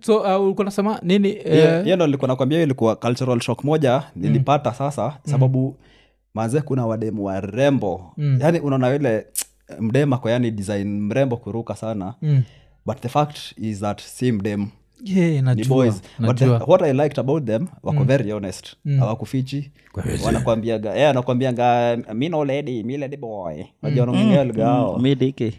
so uh, ulikuwa nasema nini yeah. eh, yeah, ndo nilikuwa nakwambia hiyo ilikuwa cultural shock moja nilipata sasa sababu mm. manze kuna wademu warembo mm. yani unaona ile mdem ako yani design mrembo kuruka sana mm. but the fact is that si mdem yeah, ni najua, boys but the, najua. what i liked about them wako mm. very honest mm. hawakufichi wanakwambiaga yeah, wanakwambiaga mi no lady mi lady boy najua naongelea lugha yao Mm. Eh, mi diki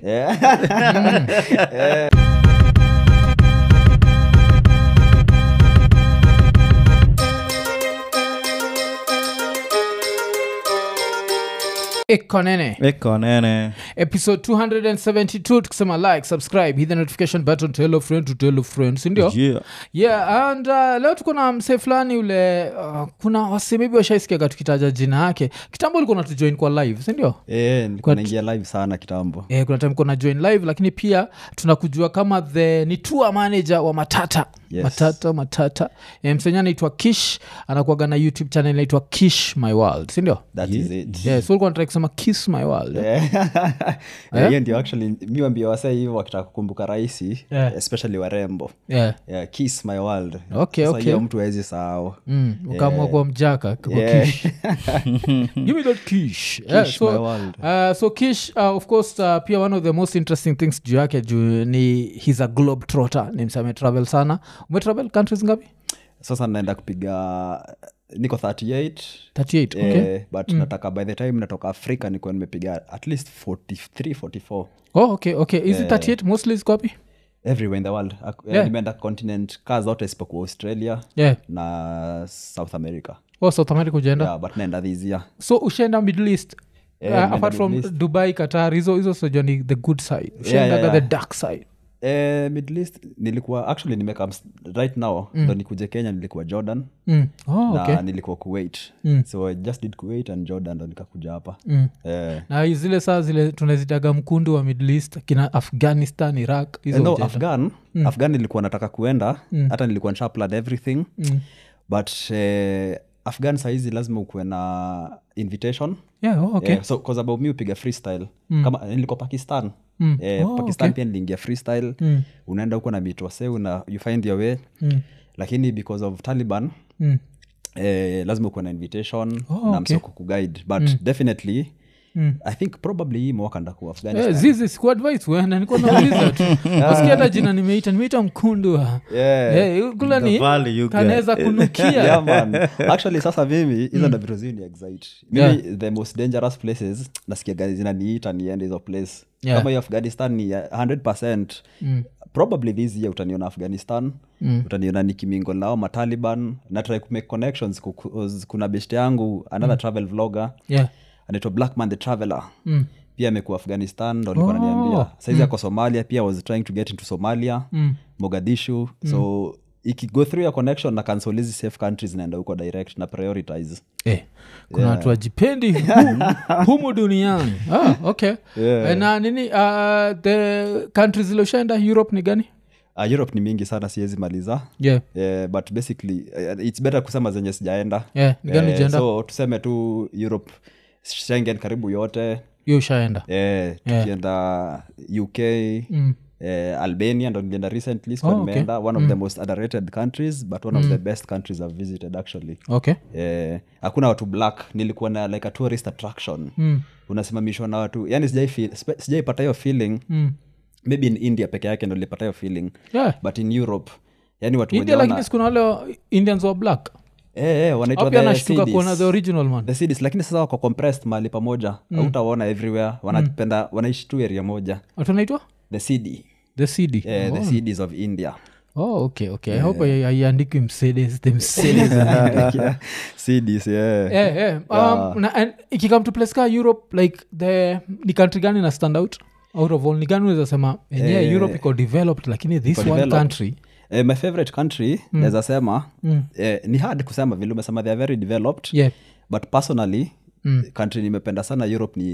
iko nene iko nene Eh, episode 272 tukisema like subscribe hit the notification button tell a friend to tell a friend sindio Yeah. Oh. yeah and uh, leo tuko na msee fulani ule uh, kuna wase maybe washaisikiaga tukitaja jina yake kitambo ulikuwa natujoin kwa live sindio Eh, nilikuwa Kwa- naingia live sana kitambo Eh, kuna time kuna join live lakini pia tunakujua kama the ni tour manager wa matata Yes. matata matata e, msenya anaitwa kish anakuaga na youtube channel inaitwa kish my world sindio that is it yes ulikuwa nataka kusema kiss my world eh? Eh, hiyo ndio actually mi wambia wasee hivyo wakitaka kukumbuka rahisi Yeah. especially warembo yeah. yeah, kiss my world Okay, Sasa okay. hiyo mtu awezi sahau Mm, ukaamua kuwa mjaka kwa Yeah. Hmm. kish give me that kish, yeah, Kish, so, my world. uh, so kish uh, of course uh, pia one of the most interesting things juu yake juu ni hes a globe trotter ni msa ametravel sana umetravel countries ngapi sasa naenda kupiga niko 38 38 eh, okay. Mm. but nataka by the time natoka afrika nikuwa nimepiga at least 43 44 oh, okay, okay. Hizi 38 mostly ziko wapi everywhere in the world Ak- eh, Yeah. nimeenda continent kaa zote isipokuwa australia yeah. na south america oh, south america ujaenda yeah, but naenda this year so ushaenda middle east Eh, uh, nimeenda apart from Middle East. dubai qatar hizo hizo sojua ni the good side ushaendaga yeah, the yeah. dark side eh, middle east nilikuwa actually nimekam right now ndo nikuje kenya nilikuwa jordan mm. oh, okay. Mm. na nilikuwa kuwait so i just did kuwait and jordan ndo nikakuja hapa eh, na hi- zile saa zile tunazitaga mkundu wa middle east kina afghanistan iraq hizo eh, no, hujaenda. afghan Mm. afghan nilikuwa nataka kuenda hata nilikuwa nisha plan everything Mm. but eh, afghan sahizi lazima ukuwe na invitation yeah, oh, okay. Eh, so cause about mi upiga freestyle kama eh, nilikuwa pakistan Mm. Eh, Oh, pakistan okay. pia niliingia freestyle Mm. unaenda huko na mitwaseu na you find your way lakini because of taliban Mm. eh, lazima ukuwe na invitation Oh, na okay. Mm. msoko kuguide but definitely i think probably hii mwaka ndakuwa Eh, afghanistan zizi sikuadvise uenda nikuwa nauliza tu Wasikia hata jina nimeita nimeita mkundu wa- Yeah. Eh, kula The ni valley you kanaweza kunukia yeah, man. actually sasa mimi hizo ndo vitu zini excite mimi Hmm. Yeah. the most dangerous places nasikia gari zinaniita niende hizo place Yeah. Hmm. kama hiyo afghanistan ni ya 100 mm. probably this year utaniona afghanistan mm. utaniona nikimingo nao mataliban natry kumake connections kuku- kuna best yangu Hmm. another travel vlogger yeah. anaitwa blackman the traveler Mm. pia amekuwa afghanistan ndo alikuwa Oh. ananiambia saizi ako somalia pia was trying to get into somalia Mm. mogadishu so ikigo through your connection na cancel hizi safe countries naenda huko direct na prioritize Eh, kuna watu wajipendi humu, humu duniani ah, okay Yeah. Eh, na nini uh, the countries ziloshaenda europe ni gani uh, europe ni mingi sana siwezi maliza yeah. yeah, but basically uh, its better kusema zenye sijaenda Yeah, ni gani Eh, hujaenda? so tuseme tu europe schengen karibu yote hiyo ushaenda eh, tukienda uk Mm. eh, albania ndo nilienda recently sikuwa Oh, okay. Mm. nimeenda one of the most underrated countries but one of the best countries i've visited actually okay Eh, hakuna watu black nilikuwa na like a tourist attraction Mm. unasimamishwa na watu yani sijai feel- spe- sijaipata hiyo feeling Mm. maybe in india peke yake ndo nilipata hiyo feeling yeah. but in europe yani watu india wenye lakini wana- sikuna wale indians wa black eh, eh, wanaitwa apia the anashtuka Sidis. kuona the original Mm. man The Sidis, lakini sasa wako compressed mahali pamoja hautawaona everywhere Mm. wanapenda wanaishi tu area moja watu anaitwa the cd the cd eh, the cities of india oh okay okay i hope ai- haiandikwi msedes the msedes Yeah, cities, yeah. Eh, eh, um, na- and ikikam to place ka europe like the ni country gani na stand out out of all ni gani unaweza sema enyewe europe iko developed lakini this one Eh. developed. country Eh, my favorite country mm. naweza sema eh, ni hard kusema vile umesema they are very developed yeah. but personally mm. country nimependa sana europe ni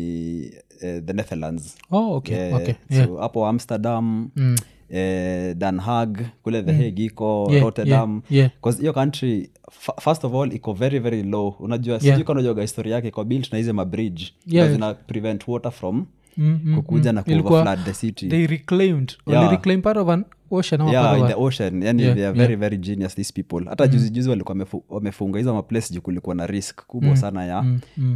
eh, the netherlands oh, okay, Eh, okay. Yeah. so hapo amsterdam mm. eh, den haag kule the hague iko Mm. Yeah, rotterdam yeah, yeah. 'Cause hiyo country fa- first of all iko very very low unajua yeah. Yeah. sijui kanajoga historia yake iko built na hizi mabridge Yeah. na zina prevent water from Mm, mm, kukuja mm. na Ilikuwa- kuoverflood the city they reclaimed yeah. Yeah. only reclaimed part of an ocean ama yeah, part in of the a- ocean yani Oh, Yeah, Mm. they are very very genius these people hata juzi juzi walikuwa wamefu- wamefunga hizo maplace juu kulikuwa na risk Mm. kubwa sana ya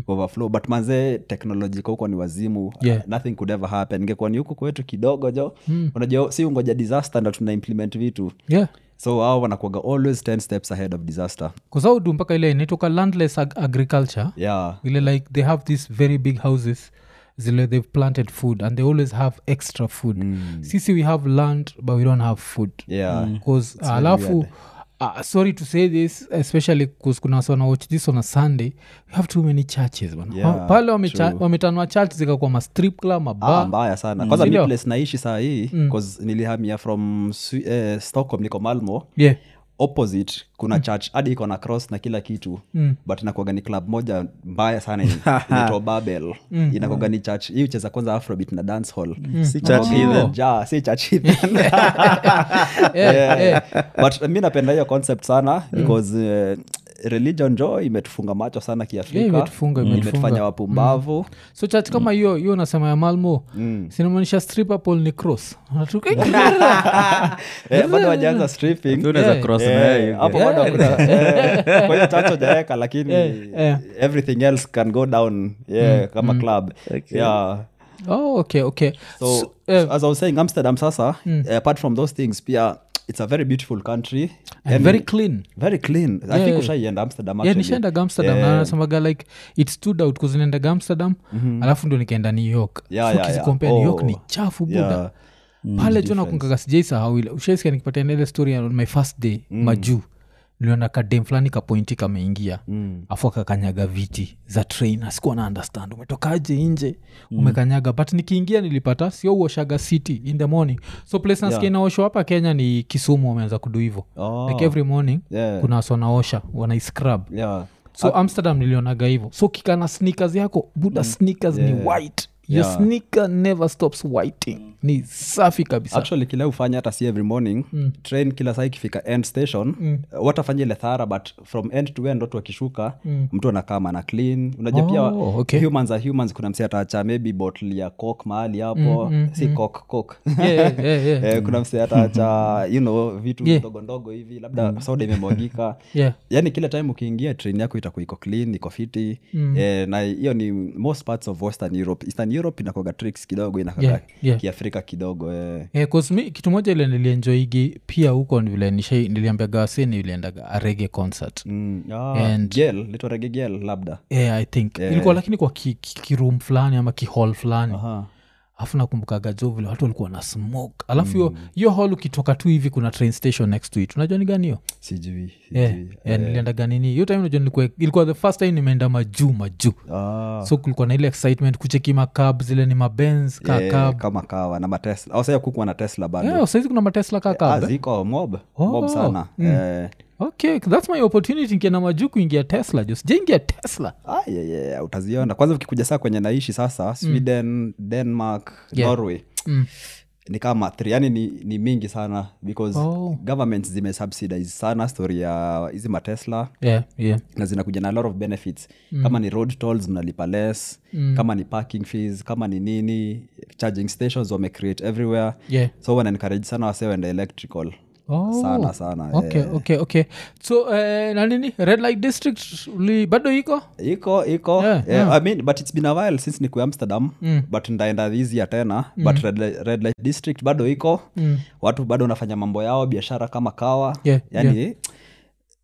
overflow but manzee teknoloji kauko ni wazimu Yeah. Mm. Uh, nothing could ever happen ingekuwa ni huku kwetu kidogo jo unajua si ungoja disaster ndo tuna implement vitu yeah so hao wanakuaga always 10 steps ahead of disaster kasaudu mpaka ile inaitoka landless ag- agriculture yeah ile like they have these very big houses zile they've planted food and they always have extra food mm. sisi we have land but we don't have food Yeah. Mm. bcause uh, alafu uh, sorry to say this especially bcause kuna wasi wanawatch this on a sunday we have too many churches bana Yeah, Wa- pale wamecha- true. wametanua church zikakuwa mastrip club Ah, maba mbaya sana kwanza mi mm. Ndio. Mm. place naishi saa hii cause nilihamia from Swi- eh, stockholm niko malmo yeah opposite Mm. kuna church hadi iko na cross na kila kitu mm. but inakuaga ni club moja mbaya sana inaitwa babel mm. inakuaga ni church hii ucheza kwanza afrobit na dance hall Mm. Si church Inakuwaga either. imejaa, si church heathen. Eh, Yeah. eh. Mm. but mi napenda hiyo concept sana because eh, religion jo imetufunga macho sana kiafrika Yeah, imetufunga, imetufunga. Mm. imetufanya wapumbavu so church kama hiyo hiyo unasema ya malmo mm. sinamaanisha strip apple ni cross Unatuka- Eh, bado wajaanza stripping Tu unaweza Eh, cross na yeye Eh, hivi. hapo bado kuna- eh, kwa hiyo chacho jaeka lakini eh. everything else can go down yeah, Mm. kama club yeah oh, okay okay so, so, Mm. eh, as i was saying amsterdam sasa eh, apart from those things pia it's a very beautiful country and Yani, very clean very clean i Yeah. think ushaienda amsterdam yeah, actually. nishaendaga amsterdam na nasemaga like it stood out kuzinaendaga amsterdam alafu ndo nikaenda new york Mhm. Yeah, so yeah, yeah. ukizikompea new york Oh. ni chafu buda Yeah. Mm, pale tu nakungaga sijaisahau ile ushaisikia nikipatia nile story on my first day Mm. majuu niliona kadem fulani kapointi kameingia Mm. afu akakanyaga viti za train asikuwa na understand umetokaje nje Mm. umekanyaga but nikiingia nilipata sio uoshaga city in the morning so place nasikia inaoshwa hapa kenya ni kisumu wameanza kudu hivo Oh. like every morning Yeah. Ah. kuna wasi wanaosha wanaiscrub yeah so amsterdam nilionaga hivo so kikana sneakers yako buda sneakers ni white your Mm. Yeah. sneaker never stops whiting ni safi kabisa Mm. actually kila ufanya hata si every morning train kila saa ikifika end station uh, watafanya ile thara but from end to end watu wakishuka mtu anakama na clean unajua pia Mm. Oh, okay. humans are humans kuna msi ataacha maybe bottle ya coke mahali hapo si coke coke Mm, Yeah, yeah, yeah, yeah. Mm. Eh, kuna msi ataacha you know vitu Yeah. Mm. ndogo ndogo hivi labda soda imemwagika Yeah. yaani kila time ukiingia train yako itakuwa iko clean iko fiti Mm. eh, na hiyo ni most parts of western europe eastern europe inakoga tricks kidogo inakaga Yeah, yeah. kiafrika kidogo eh. Eh, 'cause mi kitu moja ile nilienjoigi pia huko ni vile nishai- niliambiaga wasi niliendaga arege concert Mm, ah, And- gel little reggae gel labda yeah, i think Eh. ilikuwa lakini kwa kirum ki, ki room fulani ama kihall fulani alafu nakumbukaga jo vile watu walikuwa na smoke alafu hiyo Mm. hiyo hall ukitoka tu hivi kuna train station next to it unajua ni gani hiyo Eh, sijui sijui. yeah, yeah, niliendaga nini hiyo time unajua nilikuwa ilikuwa the first time nimeenda majuu majuu Ah, so kulikuwa na ile excitement kucheki makab zile ni mabens eh, kakab kama kawa na matesla au sasa kukuwa na tesla bado yeah, Eh, oh, saizi kuna matesla Ah, kakab eh? ziko mob Oh, mob sana mm. eh, okay thats my opportunity nkienda majuu kuingia tesla jo sijaingia tesla ah, yeah, yeah, yeah, utaziona kwanza ukikuja saa kwenye naishi sasa sweden denmark Mm. Yeah. Mm. norway ni kama three yani ni, ni mingi sana because Oh. governments zimesubsidize sana story ya hizi matesla yeah, yeah. na zinakuja na a lot of benefits mm. kama ni road tolls mnalipa less mm. kama ni parking fees kama ni nini charging stations wamecreate everywhere Yeah. so wanaencourage sana wase waende electrical Oh. sana sana okay eh. okay okay so eh, na nini red light district uli- bado iko iko iko Yeah, Eh, yeah. I mean, but it's been a while since nikuwa amsterdam mm. but ndaenda hizi ya tena mm. but red, li- red light district bado iko mm. watu bado wanafanya mambo yao biashara kama kawa Yeah, yani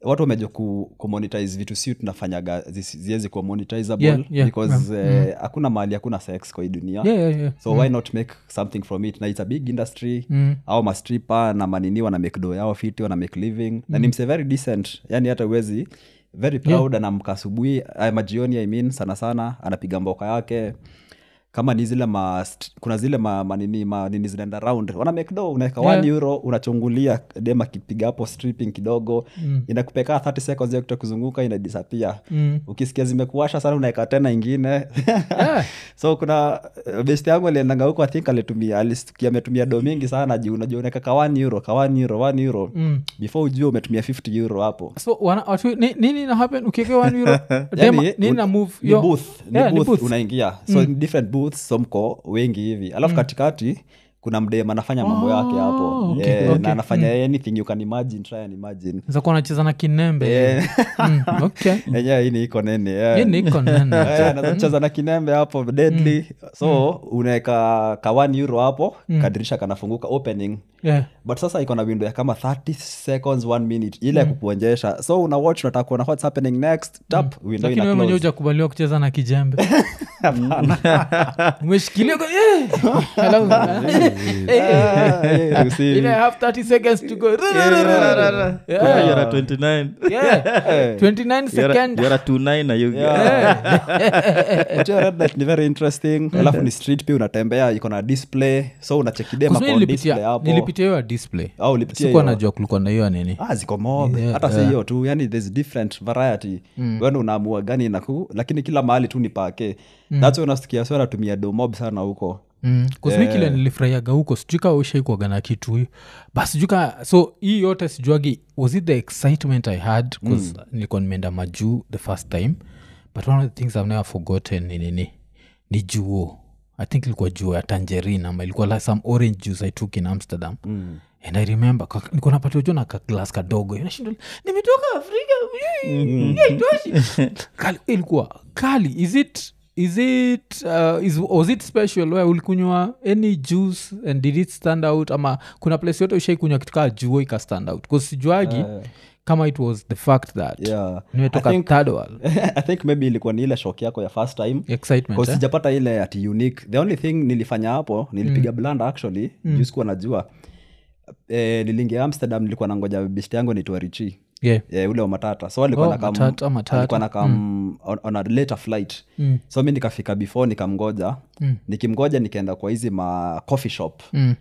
watu wameja ku, kumonetize vitu si tunafanyaga zisi- ziwezi kuwa monetizable Yeah, yeah, Mm. because eh, hakuna mali hakuna sex kwa hii dunia yeah, Mm. yeah, yeah. Ah. so why not make something from it na its a big industry mm. au mastripa na manini wana make do yao fiti wana make living mm. na ni mse very decent yani hata uwezi very proud yeah. anamka asubuhi ay, majioni i mean sana sana anapiga mboka yake kama ni zile ma st- kuna zile ma, manini manini zinaenda round wana make do unaweka Yeah. yeah. euro unachungulia dem akipiga hapo stripping kidogo mm. inakupekaa 30 seconds ya kuto kuzunguka inadisapia mm. ukisikia zimekuasha sana unaweka tena ingine Yeah. so kuna eh, besti yangu aliendanga huko I think alitumia alisikia ametumia do mingi sana juu unajua unaweka ka 1 euro ka 1 euro 1 euro mm. before ujue umetumia 50 euro hapo so wana, watu, ni, nini na happen ukiweka one euro Yaani, dema, nini un- na move ni yo- booth, ni Yeah, ni booth booth. Mm. unaingia so ni different booths so mko wengi hivi alafu katikati kuna mdem anafanya mambo yake hapo Ah, okay, Eh, okay. Mm. na anafanya anything you can imagine try and imagine zakuwa nacheza na kinembe Mm, okay. enyewe hii ni iko nene eh. Hii ni iko nene. Mm. Eh, anaweza cheza na kinembe hapo deadly so unaweka ka 1 euro hapo kadirisha kanafunguka opening Yeah. but sasa iko na windo ya kama 30 seconds 1 minute ile ya Mm. kukuonyesha so una watch unataka kuona what's happening next tap window Mm. lakini we ina mwenyewe close hujakubaliwa kucheza na kijembe umeshikilia kwa- Eh! Alafu- Eh, Ah, eh, you see. ile half 30 seconds to go. Yeah. you're a 29 Yeah. 29 You're a- second. you're a 29 na you Eh. Unajua Ah. red light ni very interesting Mm. alafu ni street pia unatembea iko na display so unachekidia Kwa sababu mako on display nilipitia hapo nilipitia hiyo ya display Au ulipitia sikuwa hiyo? najua kulikuwa na hiyo ya nini ah, ziko mob hata si hiyo tu yani there's different variety mm. wen unaamua gani naku lakini kila mahali tu ni pake mm. thats why unasikia so anatumia domob sana huko Mm, 'cause mi kile nilifurahiaga huko sijui kaa ushaikuaga na kitu hiyo bas sijui kaa so hii yote sijuagi was it the excitement i had 'Cause nilikuwa nimeenda majuu the first time but one of the things i've never forgotten ni nini ni juo i think ilikuwa juo ya tangerin ama ilikuwa like some orange juice i took in amsterdam mm and i remember kak- nilikuwa napata ujo na kaglas kadogo Nashinda, nimetoka afrika mm. kali ilikuwa kali is it is it uh, is, was it special where ulikunywa any juice and did it stand out ama kuna place yote ushaikunywa kitu kaa juo ika stand out bcause sijuagi kama it was the fact that Eh. yeah. nimetoka I think- third world i think maybe ilikuwa ni ile shok yako ya first time excitement Cause eh? sijapata ile ati unique the only thing nilifanya hapo nilipiga mm. bland actually mm. jusikuwa najua e, nilingia amsterdam nilikuwa nangoja bist yangu nitwa richi yeah. e, ule wa matata so alikuwa Oh, na kam- Matata, Matata. Mm. alikuwa na kam on, on a later flight mm. so mi nikafika before nikamgoja mm. nikimgoja nikaenda kwa hizi ma coffee shop Mm.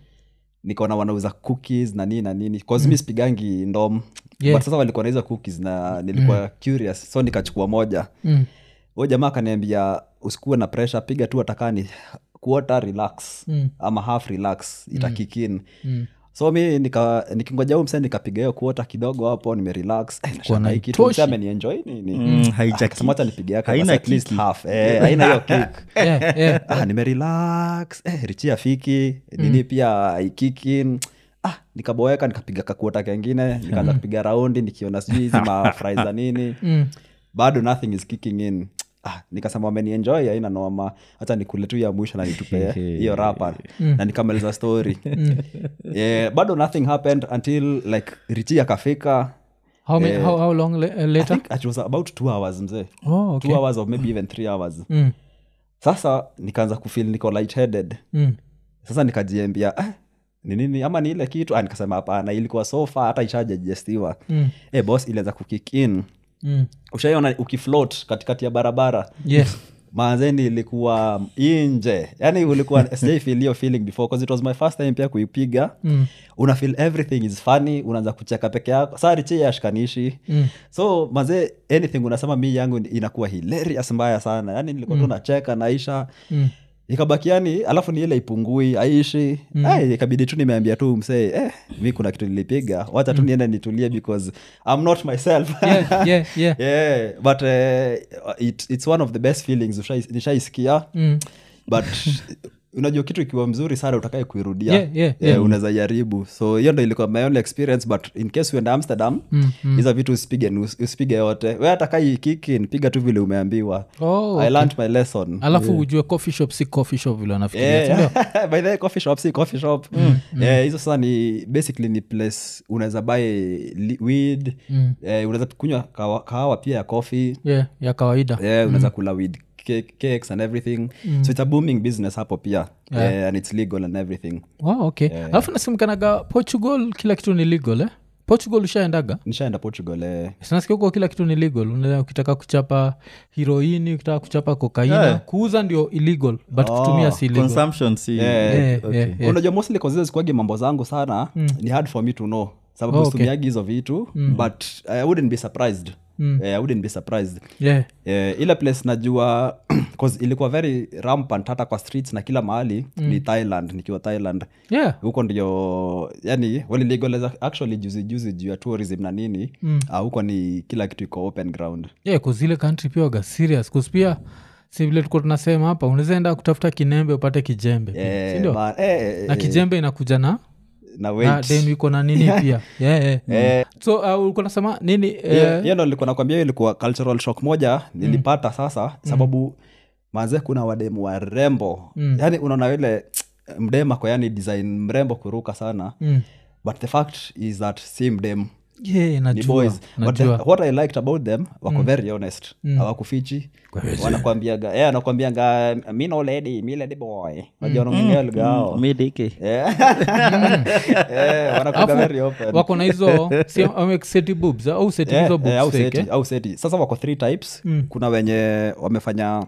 nikaona wanauza cookies na nini na nini bcause mi sipigangi ndom Yeah. but sasa walikuwa nauza cookies na nilikuwa curious so nikachukua moja Mm. huyo jamaa akaniambia usikuwe na pressure piga tu atakani kuota relax Mm. ama half relax itakikin mm. so mi nika- nikingoja huu msee nikapiga hiyo kuota kidogo hapo nimerelax na itoshi. amenienjoy nini Mm, haija Ah, kasema acha kick. nipige yake Haina basi at least kiki. half. Eh, haina hiyo kick yeah, yeah. ah, nimerelax eh, richi afiki nini pia ikikin ah, nikaboeka nikapiga kakuota kengine nikaanza kupiga raundi nikiona sijui hizi mafri za nini bado nothing is kicking in Ah, nikasema wamenienjoy aina noma hata nikule tu ya mwisho na nitupe hiyo rapa na nikamaliza story Mm. yeah, bado nothing happened until like richi akafika How, many, how, how long le- uh, I later think it was about two hours mzee oh, okay. two hours of maybe even three hours mm. sasa nikaanza kufil niko lightheaded Mm. sasa nikajiambia ah, ni nini ama ni ile kitu ah, nikasema hapana ilikuwa sofa hata ishajajestiwa mm. e bos ilianza kukick in Mm. ushaiona ukifloat katikati ya barabara yeah. maanzeni ilikuwa inje yani ulikuwa sijaifil hiyo feeling before cause it was my first time pia kuipiga mm. una feel everything is funny unaanza kucheka peke yako sarichi ashikanishi mm. so mazee anything unasema mi yangu inakuwa hilarious mbaya sana yani nilikuwa tu nacheka naisha mm ikabaki yani alafu ni ile ipungui aishi mm. ikabidi tu nimeambia tu msee eh, mi kuna kitu nilipiga wacha tu niende nitulie because I'm not myself yeah, yeah, yeah. Mm. yeah but uh, it, it's one of the best feelings ushai- nishaisikia Mm. but unajua kitu ikiwa mzuri sana utakae kuirudia Yeah, yeah, Eh, unaweza jaribu so hiyo ndo ilikuwa my only experience but in case uenda amsterdam mm, hiza vitu usipige nu- usipige yote we atakai kikin piga tu vile umeambiwa Oh, i learned my lesson alafu ujue coffee shop si coffee shop vile wanafikiria si ndio? Yeah. by the way, coffee shop si coffee shop mm, Eh, hizo sasa ni basically ni place unaweza buy li- weed mm. eh, unaweza kunywa kahawa, kahawa pia ya coffee yeah, ya kawaida yeah, Eh, Mm. unaweza kula with cake, cakes and everything so it's a booming business hapo pia yeah. and it's legal and everything Wow, okay alafu nasimkanaga portugal kila kitu ni legal eh? portugal ushaendaga nishaenda portugal eh. sinasikia huko kila kitu ni legal Unaenda ukitaka kuchapa heroini ukitaka kuchapa kokaina kuuza ndio illegal but Oh, kutumia si illegal. consumption si Yeah, Okay. yeah, yeah. unajua mostly kozize zikuagi mambo zangu sana ni hard for me to know sababu Oh, okay. Mm. situmiagi hizo vitu but i wouldn't be surprised Eh, i wouldn't be surprised Yeah. Eh, ile place najua 'cause ilikuwa very rampant hata kwa streets na kila mahali Mm. ni thailand nikiwa thailand Yeah. huko ndio yani walilegalize actually juzi juzi juu ya tourism na nini mm. huko ni kila kitu iko open ground yeah, 'cause zile country pia waga serious 'Cause pia si vile tukuwa tunasema hapa unaweza enda kutafuta kinembe upate kijembe pia, Eh, sindio ma- eh, eh, na eh, kijembe inakuja na na na weight. dem iko na nini pia yeah, yeah. so uh, ulikuwa nasema nini hiyo eh, hiyo ndo nilikuwa nakwambia hiyo ilikuwa cultural shock moja nilipata sasa Mm. sababu manze kuna wademu warembo Mm. yani unaona ile mdem ako yani design mrembo kuruka sana mm, but the fact is that si mdem yeah, ni najua, boys but uh, the, najua. what i liked about them wako Mm. very honest hawakufichi wanakwambiaga yeah, wanakwambiaga mi no lady mi lady boy Mm. wajanaongelelgao mi dike wanakuaga Eh. very open wako na hizo si- wame- seti boobs ah, au seti Eh, hizo eh, boobs au fake, seti, eh? au seti sasa wako three types Mm. kuna wenye wamefanya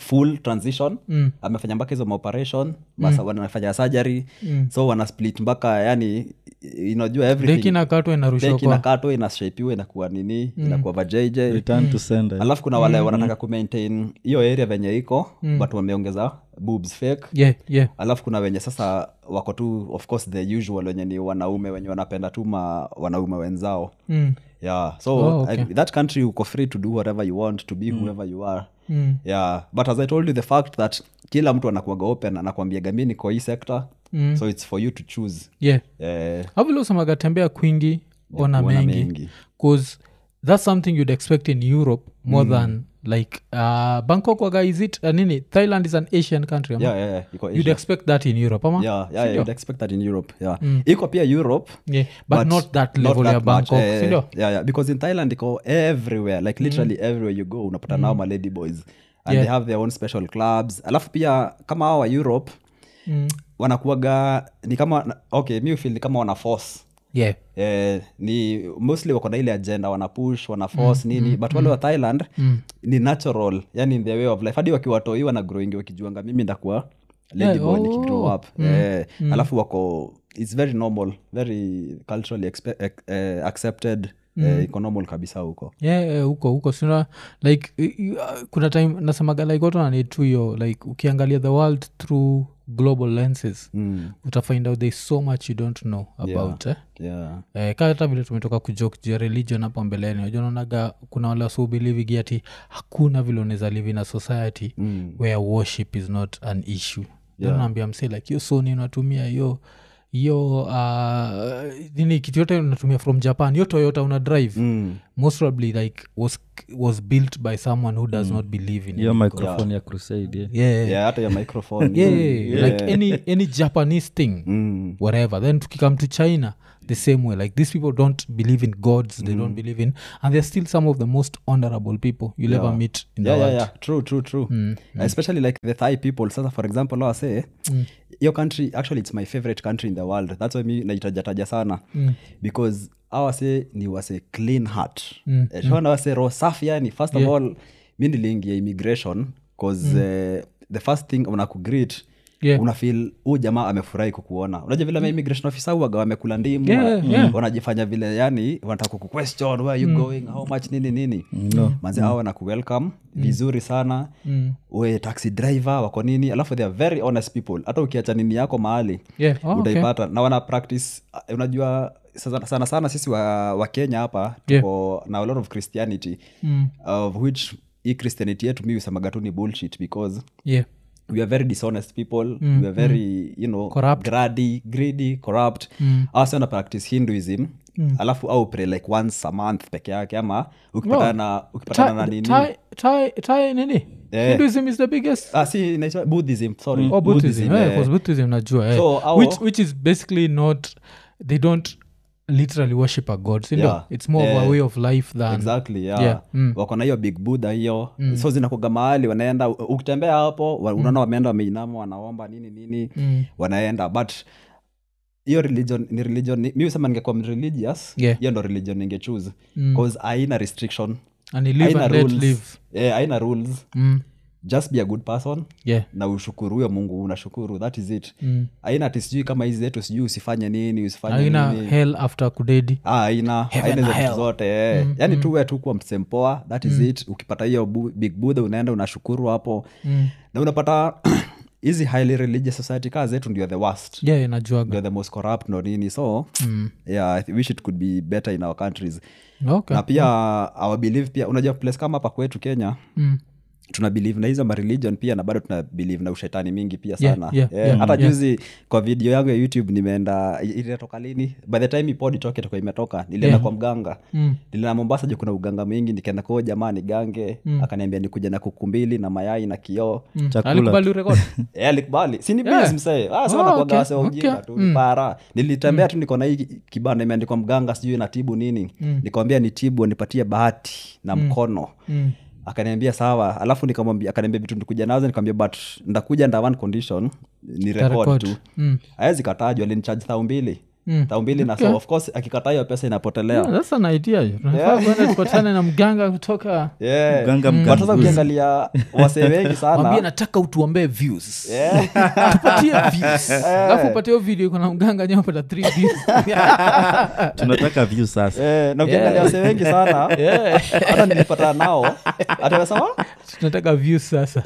full transition Mm. amefanya mpaka hizo maoperation masa wanafanya surgery Mm. so wana split mpaka yani inajua deki everything na katwa inarushwa Deki kwa Mm. inakatwa inashapiwa inakuwa nini inakuwa vajj return to sender alafu kuna Mm-hmm. wale wanataka kumaintain hiyo area venye iko Mm. but wameongeza boobs fake yeah, yeah. alafu kuna wenye sasa wako tu of course the usual wenye ni wanaume wenye wanapenda tu ma wanaume wenzao Mm. yeah so Oh, okay. I, that country uko free to do whatever you want to be whoever you are Mm. yeah but as i told you the fact that kila mtu anakuaga open anakuambiaga mi niko hii sector Mm. so its for you to choose yeah eh, au vile usemaga tembea kwingi ona kuona mengi mengi. bcause that's something you'd expect in europe Mm. more than like uh, bangkok waga is it uh, nini thailand is an asian country ama? yeah, yeah, yeah, iko you'd Asia. expect that in europe ama yeah, yeah, yeah, Sindio? you'd expect that in europe yeah Mm. iko pia europe Yeah, but, not that not level that ya much. bangkok Eh, sindio yeah, yeah. because in thailand iko everywhere like literally everywhere you go unapata nao ma lady boys and Mm. Yeah. they have their own special clubs alafu pia kama hao wa europe Mm. wanakuaga ni kama okay mi feel ni kama wana force yeah Eh, ni mostly wako na ile agenda wanapush wanaforce Mm, nini but wale wa thailand ni natural yani in their way of life hadi wakiwatoiwa na growing wakijuanga mimi ndakuwa lady Yeah, boy oh. mm. nikigrow up eh, alafu wako its very normal very culturally expe- ac- eh, accepted Mm. eh, iko normal kabisa huko yeah yeah, huko huko sina like y- y- uh, kuna time nasemaga like watu wanani tu hiyo like ukiangalia the world through global lenses Mm, utafind out there's so much you don't know about eh? yeah. Eh, ka hata vile tumetoka kujok juu ya religion hapo mbeleni unajua naonaga kuna wale wasiubelievigi ati hakuna vile unaweza live in a society Mm. where worship is not an issue yeah. naambia msee like hiyo soni unatumia hiyo hiyo uh, nini kitu yote unatumia from japan hiyo toyota una drive Mm. most probably like was, was built by someone who does not believe in hiyo it. microphone ya crusade yeah. Yeah, yeah, Yeah, hata ya microphone Eh. yeah. like any, any japanese thing Mm. whatever then tukikam to china the same way like these people don't believe in gods they Mm. don't believe in and they're still some of the most honorable people you'll ever meet in yeah, the world yeah, Mm, yeah. true true true especially like the thai people sasa for example how i say Mm. your country actually it's my favorite country in the world that's why mi naitajataja sana Mm. because awase ni wase clean heart mm. wase ro safi yani first of all mi niliingia immigration cause eh, the first thing unakugreet Mm. Yeah. Mm. unafil huu jamaa amefurahi kukuona unajua vile ma immigration officer huwaga wamekula ndimu Yeah, wana- yeah. wanajifanya vile yani wanataka kukuquestion where Mm. you going how much nini nini no. manzi hao wanakuwelcome vizuri sana Mm. we taxi driver wako nini alafu they are very honest people hata ukiacha nini yako mahali Yeah. Oh, okay. utaipata na wana practice uh, unajua sana sana, sana sisi wa, wa kenya hapa tuko na a lot of christianity Mm. of which hii christianity yetu mi usemaga tu ni bullshit because yeah we are very dishonest people we are very you know Mm, Corrupt. Mm. grady, greedy corrupt Us wana practice hinduism alafu au pray like once a month peke yake ama ukipatana na ukipatana na Thai- nini Thai- Thai- Thai nini Yeah. hinduism is the biggest ah, si inaitwa buddhism sorry oh, buddhism, eh, eh. 'cause buddhism najua eh. So, our- which, which is basically not they don't literally worship a god sindio Yeah. it's more of a Yeah. way of life than exactly yeah. Yeah, mm. wako na hiyo big buddha hiyo so zinakuga mahali wanaenda u- ukitembea hapo Mm. wa- unaona wameenda wameinama wanaomba nini nini wanaenda but hiyo religion ni religion ni- mi usema ningekuwa religious Yeah. hiyo ndo religion ningechoose cause haina restriction and you live haina and let rules live Eh, haina rules mm. just be a good person yeah na ushukuru huyo mungu unashukuru that is it Mm. haina ati sijui kama hizi zetu sijui usifanye nini usifanye aina nini hell after kudedi Ah, aina Heaven aina na hizo hell. Mm, vitu zote eh. yani tu we tu kuwa msempoa that is it ukipata hiyo bu- big buddha unaenda unashukuru hapo Mm. na unapata hizi highly religious society kaa zetu ndio the worst yeah Mm. inajuaga ndio the most corrupt ndo nini so yeah, I wish it could be better in our countries okay Mm. na pia our belief pia unajua place kama hapa kwetu kenya tuna believe na hizo mareligion pia na bado tuna believe na ushetani mingi pia Yeah, sana yeah, yeah, hata yeah. juzi kwa video yangu ya youtube nimeenda ilitoka lini by the time ipod itoke toka imetoka nilienda Yeah. kwa mganga Mm. nilienda mombasa juu kuna uganga mwingi nikaenda kwao jamaa ni gange akaniambia nikuja na kuku mbili na mayai na kioo Mm. Chakula. Alikubali urekodi? Eh, alikubali si ni Yeah. yeah. msee ah, Oh, sema nakuwaga okay, wase wa ujinga okay. Mm. tu ni para nilitembea tu niko na hii kibanda imeandikwa mganga sijui na tibu nini nikamwambia ni tibu nipatie bahati na mkono Mm. akaniambia sawa alafu nikamwambia akaniambia vitu nikuja nazo nikamwambia but ndakuja nda one condition ni record Utarekodi. tu Mm. awezi katajwa alinicharge thao mbili Mm. thao mbili na so of course akikataa hiyo pesa inapotelea Yeah, Ah, that's an idea hiyo. Tunafaa kwenda tupatane na mganga kutoka yeah. Mganga But sasa mganga ukiangalia wasee wengi mwambie sana nataka utuombee views Yeah. tupatie views alafu upatie hiyo video kuna mganga nyapata 3 views tunataka vyu sasa Eh, na ukiangalia wasee wengi sana hata nilipatana nao atawesama tunataka views sasa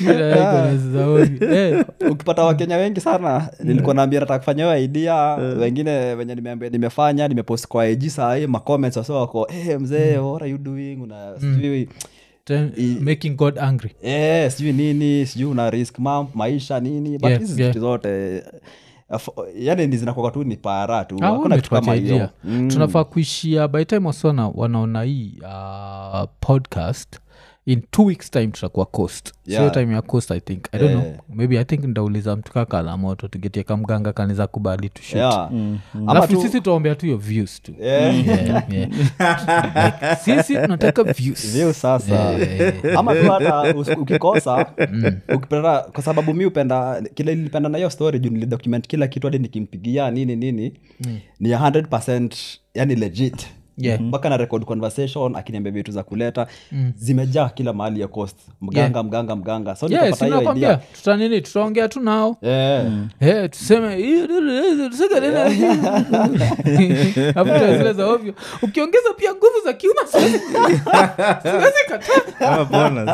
Bila yako na zauri. Eh, ukipata wakenya wengi sana nilikuwa naambia nataka kufanya hiyo idea Eh. wengine wenye nimeambia nimefanya nimepost kwa ig sahii macomments wase wako hey, mzee Mm. what are you doing una sijui ten- making god angry eh, sijui nini sijui una risk ma, maisha nini but Yeah, hizi yeah. vitu zote eh, fo- yani ni zinakuwa tu ni para tu Ah, hakuna kitu umetupatia kama idea. hiyo Mm. tunafaa kuishia by the time wasona wanaona hii uh, podcast in two weeks time tutakuwa coast so Yeah. time ya coast i think i don't Yeah. know maybe i think ndauliza mtu kakalamoto tugetie kamganga kanaweza kubali tushut Yeah. Ama Mm. alafu tu- eh, sisi tuwaombea tu hiyo views tu Yeah. Yeah, yeah. Like, sisi tunataka views View sasa Eh. ama tu hata usi- ukikosa Mm. ukipenda kwa sababu mi upenda kile nilipenda na hiyo story juu nilidocument kila kitu hadi nikimpigia nini nini ni ya 100 yani legit Mm. Mm-hmm. Yeah. Mm. mpaka na record conversation akiniambia vitu za kuleta zimejaa kila mahali ya cost mganga mganga mganga so yes nikapata hiyo sinakwambia idea tutanini tutaongea tu nao Eh. Mm. Eh, tuseme "Ih, tuseme nini?" Alafu tuwe zile za ovyo ukiongeza pia nguvu za kiume siwezi- siwezi kataa. Kama bonus.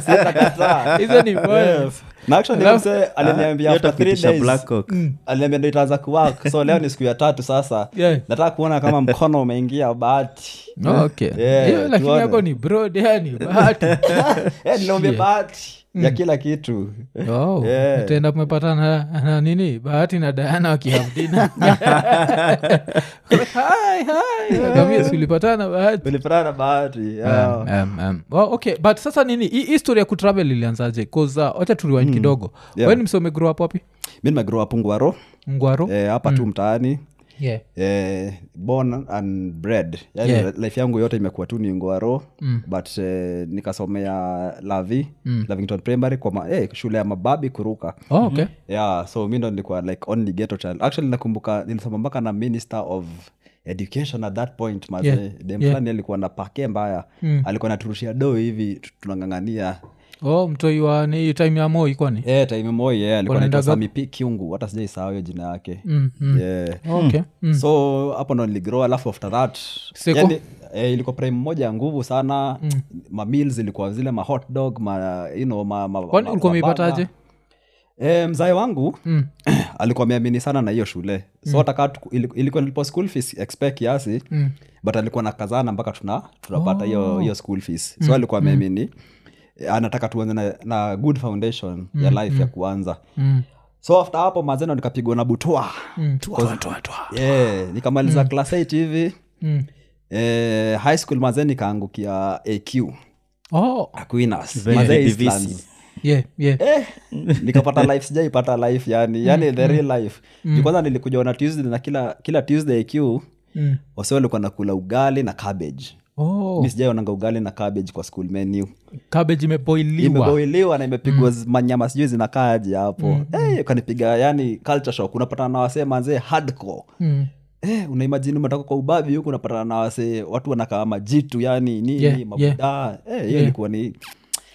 Sitakataa. hizo ni bonus. na actually Alafu- mse aliniambia Hiyo after three takuitisha Ah, Black days Hawk. Mm. aliambia ndo itaanza kuwak so leo ni siku ya tatu sasa Yeah. nataka kuona kama mkono umeingia bahati No, okay. Yeah, Hiyo lakini tuone. yako ni broad, yani, bahati. Eh, niombe Shit. Mm. bahati ya kila kitu Oh, Yeah. utaenda kumepata na, na nini bahati na dayana wakihamdina ulipatana bahati ulipatana na bahati yeah. Um, um, um. Well, okay but sasa nini hii hii story ya kutravel ilianzaje kaza wacha turiwain kidogo Hmm. Yeah. weni msome grow up wapi mi nimegrow up ngwaro ngwaro eh, hapa Mm. tu mtaani Yeah. eh, born and bred yani Yeah. Mm. life yangu yote imekuwa tu ni ngwaro but eh, nikasomea lavi lavington primary kwa ma, eh, shule ya mababi kuruka Oh, okay. yeah so mi ndo nilikuwa like only ghetto child actually nakumbuka nilisoma mpaka na minister of education at that point mazee Yeah, dem yeah. Mm. fulani alikuwa na pake mbaya alikuwa naturushia doo hivi tu- tunangangania oh mtoi wa ni time ya moi kwani yeah, Eh, time moi yeah, alikuwa Wanaenda naitwa gap? sami p kiungu hata sijaisahau hiyo jina yake Mm, mm. yeah. Hmm. okay mm. so hapo ndo niligrow alafu after that Seko? eh, ilikuwa prime moja ya nguvu sana mm. ma meals ilikuwa zile ma hot dog ma, you know, ma, ma, kwani ma- ulikuwa ma burger. umeipataje e, mzae wangu Mm. alikuwa ameamini sana na hiyo shule so hata kaa tuku- ili- ilikuwa nilipo school fees expect kiasi Mm. but alikuwa nakazana mpaka tuna tunapata hiyo hiyo school fees so alikuwa ameamini eh, anataka tuanze na, na good foundation ya life ya kuanza Mm. so after hapo mazeno nikapigwa na butwa Mm. yeah, nikamaliza class 8 hivi Mm. eh, high school mazee nikaangukia aq Oh, aquinas Very Mazee divisive. Eastlands. yeah, yeah. eh, nikapata life sijaipata life yani yani Mm, the real life Juu kwanza nilikuja na tuesday na kila kila tuesday q Mm. wase walikuwa nakula ugali na cabbage Oh, mi sijaonanga ugali na cabbage kwa school menu cabbage imeboiliwa imeboiliwa na imepigwa Mm. z- manyama sijui zinakaaje hapo Eh, ukanipiga yani culture shock unapatana na wasee manzee hardcore Mm. Eh, unaimajini umetoka kwa ubavi huku unapatana na wasee watu wanakaa majitu yani nini Yeah, yeah. mabudaa eh, hiyo ilikuwa ni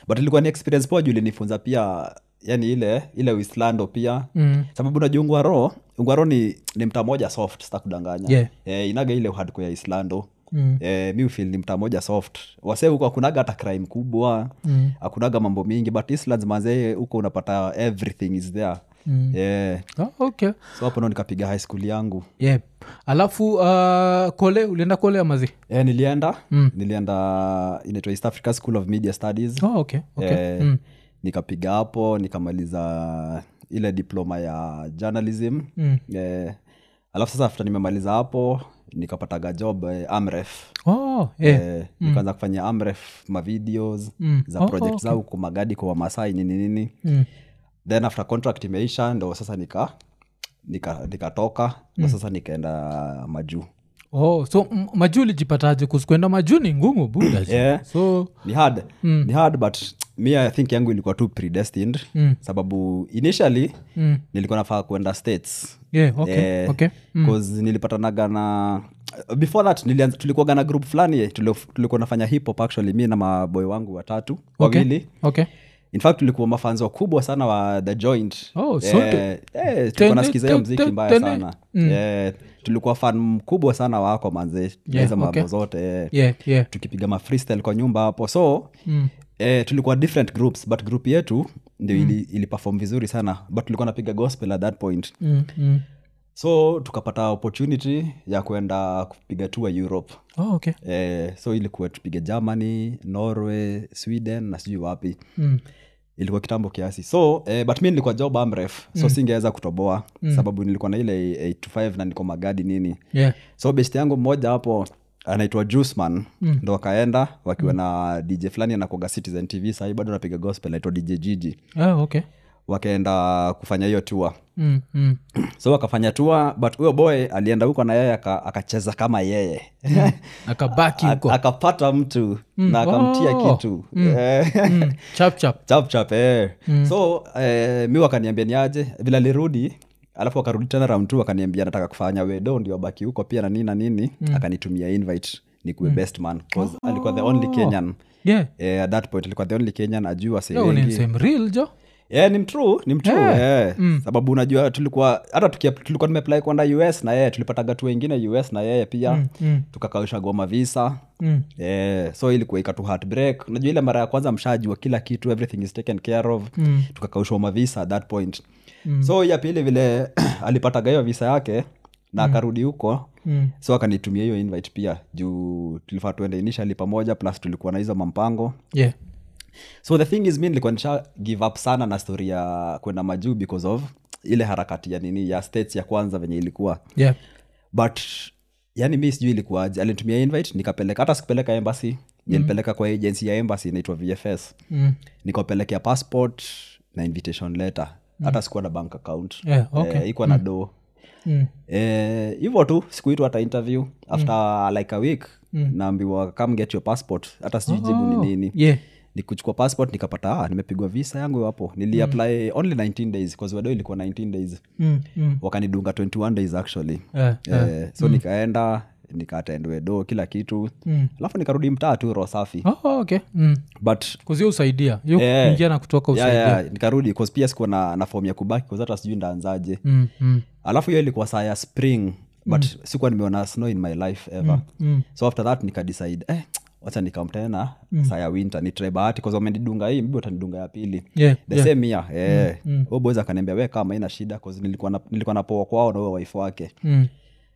but ilikuwa ni experience poa juu ilinifunza pia yani ile ile uislando pia Mm. sababu unajua ungwaro ungwaro ni, ni mtaa moja soft sitakudanganya Yeah. eh, inaga ile uhadko ya islando Mm. eh, mi ufil ni mtaa moja soft wasee huko hakunaga hata crime kubwa Mm. hakunaga mambo mingi but islands mazee huko unapata everything is there mm. yeah. Ah, okay so hapo ndo nikapiga high school yangu yeah. alafu uh, kole ulienda kole amazi yeah, nilienda mm. nilienda inaitwa east africa school of media studies oh, okay, okay. Eh, nikapiga hapo nikamaliza ile diploma ya journalism mm. eh, alafu sasa after nimemaliza hapo nikapataga job eh, amref Oh, yeah. eh, nikaanza kufanya amref mavideos Mm. za Oh, project oh, okay. zau kumagadi kwa wamasai nini nini mm. then after contract imeisha ndo sasa nika nikatoka nika nikatoka, ndo Mm. sasa nikaenda majuu oh, so m- majuu ulijipataje kusikwenda majuu ni ngumu buda Yeah. so ni hard mm. ni hard but mi i think yangu ilikuwa tu predestined mm. sababu initially mm. nilikuwa nafaa kuenda states yeah, okay, Eh, okay. Mm. 'cause nilipatanaga na before that nilianza tulikuwaga na group fulani eh, tulio- tulikuwa nafanya hip hop actually mi na maboy wangu watatu wawili okay. in fact tulikuwa mafanzi wakubwa sana wa the joint Oh, so eh, eh, tulikuwa nasikiza hiyo ten- mziki ten- mbaya ten- sana Mm. eh, tulikuwa fan mkubwa sana wako manze Yeah, yeah, mambo okay. zote eh Yeah, yeah. tukipiga ma freestyle kwa nyumba hapo so mm. eh, tulikuwa different groups but group yetu ndio mm. ili, ili perform vizuri sana but tulikuwa napiga gospel at that point Mm, mm. so tukapata opportunity ya kwenda kupiga tour europe Oh, okay. eh, so ilikuwa tupige germany norway sweden na sijui wapi Mm. ilikuwa kitambo kiasi so eh, but mi nilikuwa job amref so singeweza kutoboa mm. sababu nilikuwa na ile 8 to 5 na niko magadi nini Yeah. so best yangu mmoja hapo anaitwa jusman mm. ndo akaenda wakiwa mm. na dj fulani anakuaga citizen tv sahii bado anapiga gospel anaitwa dj jiji Ah, okay. wakaenda kufanya hiyo tour Mm, mm. so wakafanya tour but huyo boy alienda huko na yeye aka- akacheza kama yeye Mm. akabaki A- huko akapata mtu na akamtia Oh. kitu Eh. Mm, chap chap chap chap eh. so eh, mi wakaniambia niaje vile alirudi alafu wakarudi tena round two wakaniambia nataka kufanya wedo ndio wabaki huko pia na nini na nini akanitumia invite nikuwe best man 'cause alikuwa the only kenyan yeah eh, at that point alikuwa the only kenyan ajuu Yo, ni wasewengi same real jo yeah, ni mtru ni mtru eh. sababu unajua tulikuwa hata tukia- tulikuwa tumeapply kwenda us na yeye tulipataga tu wengine us na yeye pia mm, mm. tukakaushagoma visa Mm. Eh, so ilikuwa ikatu heartbreak unajua ile mara ya kwanza mshajua kila kitu everything is taken care of mm. tukakaushwa mavisa at that point mm. so ya pili vile alipataga hiyo visa yake na akarudi huko mm. so akanitumia hiyo invite pia juu tulifaa tuende initially pamoja plus tulikuwa na hizo mampango yeah so the thing is mi nilikuwa nisha give up sana na stori ya kwenda majuu because of ile harakati ya nini ya states ya kwanza venye ilikuwa yeah but yani mi sijui ilikuwaje alinitumia invite nikapeleka hata sikupeleka embassy nilipeleka kwa agency ya embassy inaitwa vfs Mm-hmm. Mm. nikapelekea passport na invitation letter hata sikuwa na bank account Mm. Yeah, okay. eh, ikuwa na doo Mm. Eh, hivyo tu sikuitwa hata interview after like a week Mm. naambiwa come get your passport hata Oh, sijui jibu ni nini yeah nikuchukua passport nikapata ah, nimepigwa visa yangu hapo niliapply only 19 days kwa sababu ilikuwa 19 days mm. Mm. wakanidunga 21 days actually Eh, Eh, so nikaenda nikatendwedo kila kitu Mm. alafu nikarudi mtaa tu roho safi Oh, okay mm. but kuzia usaidia yo Eh. kuingia na kutoka yeah, usaidia yeah, nikarudi 'cause pia sikuwa na, na fomu ya kubaki 'cause hata sijui ndaanzaje Mm, mm. alafu hiyo ilikuwa saa ya spring but sikuwa nimeona snow in my life ever Mm, so after that nikadecide eh, wacha nikam tena Mm. saa ya winter nitre bahati kwa sababu amenidunga hii mbi watanidunga ya pili Yeah, the yeah. Mm, same year eh. Huyo boys akaniambia we kama ina shida 'cause nilikuwa na- nilikuwa napoa kwao na huyo wife wake Mm.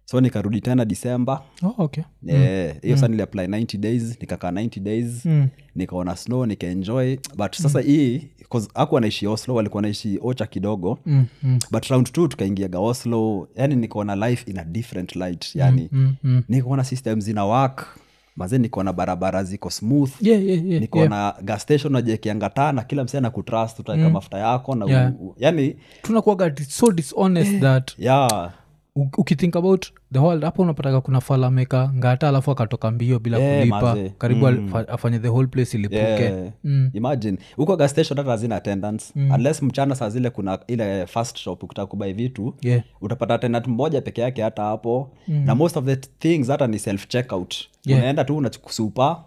so nikarudi tena december Oh, okay Eh, Mm. hiyo saa niliapply 90 days nikakaa 90 days nikaona snow nikaenjoy but Mm. sasa hii 'cause hakuwa naishi oslo walikuwa naishi ocha kidogo mm. Mm. but round t tukaingiaga oslo yani nikaona life in a different light yani Mm. Mm. nikaona system zina work maze nikaona barabara ziko smooth Yeah, yeah, yeah, yeah. Mm. nikaona gas station najekianga taa na kila msee anakutrust utaweka mafuta yako na Yeah. u, u, yani tunakuwaga di- so dishonest that yeah, u- ukithink about the world hapo unapataga kuna fala ameka ngata alafu akatoka mbio bila Eh, kulipa mazee. karibu alifa- afanye the whole place yeah. ilipuke Mm. imagine huko gas station hata hazina attendance unless mchana saa zile kuna ile fast shop ukitaka kubai vitu Yeah. utapata tenant mmoja peke yake hata hapo mm. na most of the things hata ni self checkout Yeah. yeah. unaenda tu unachukusupa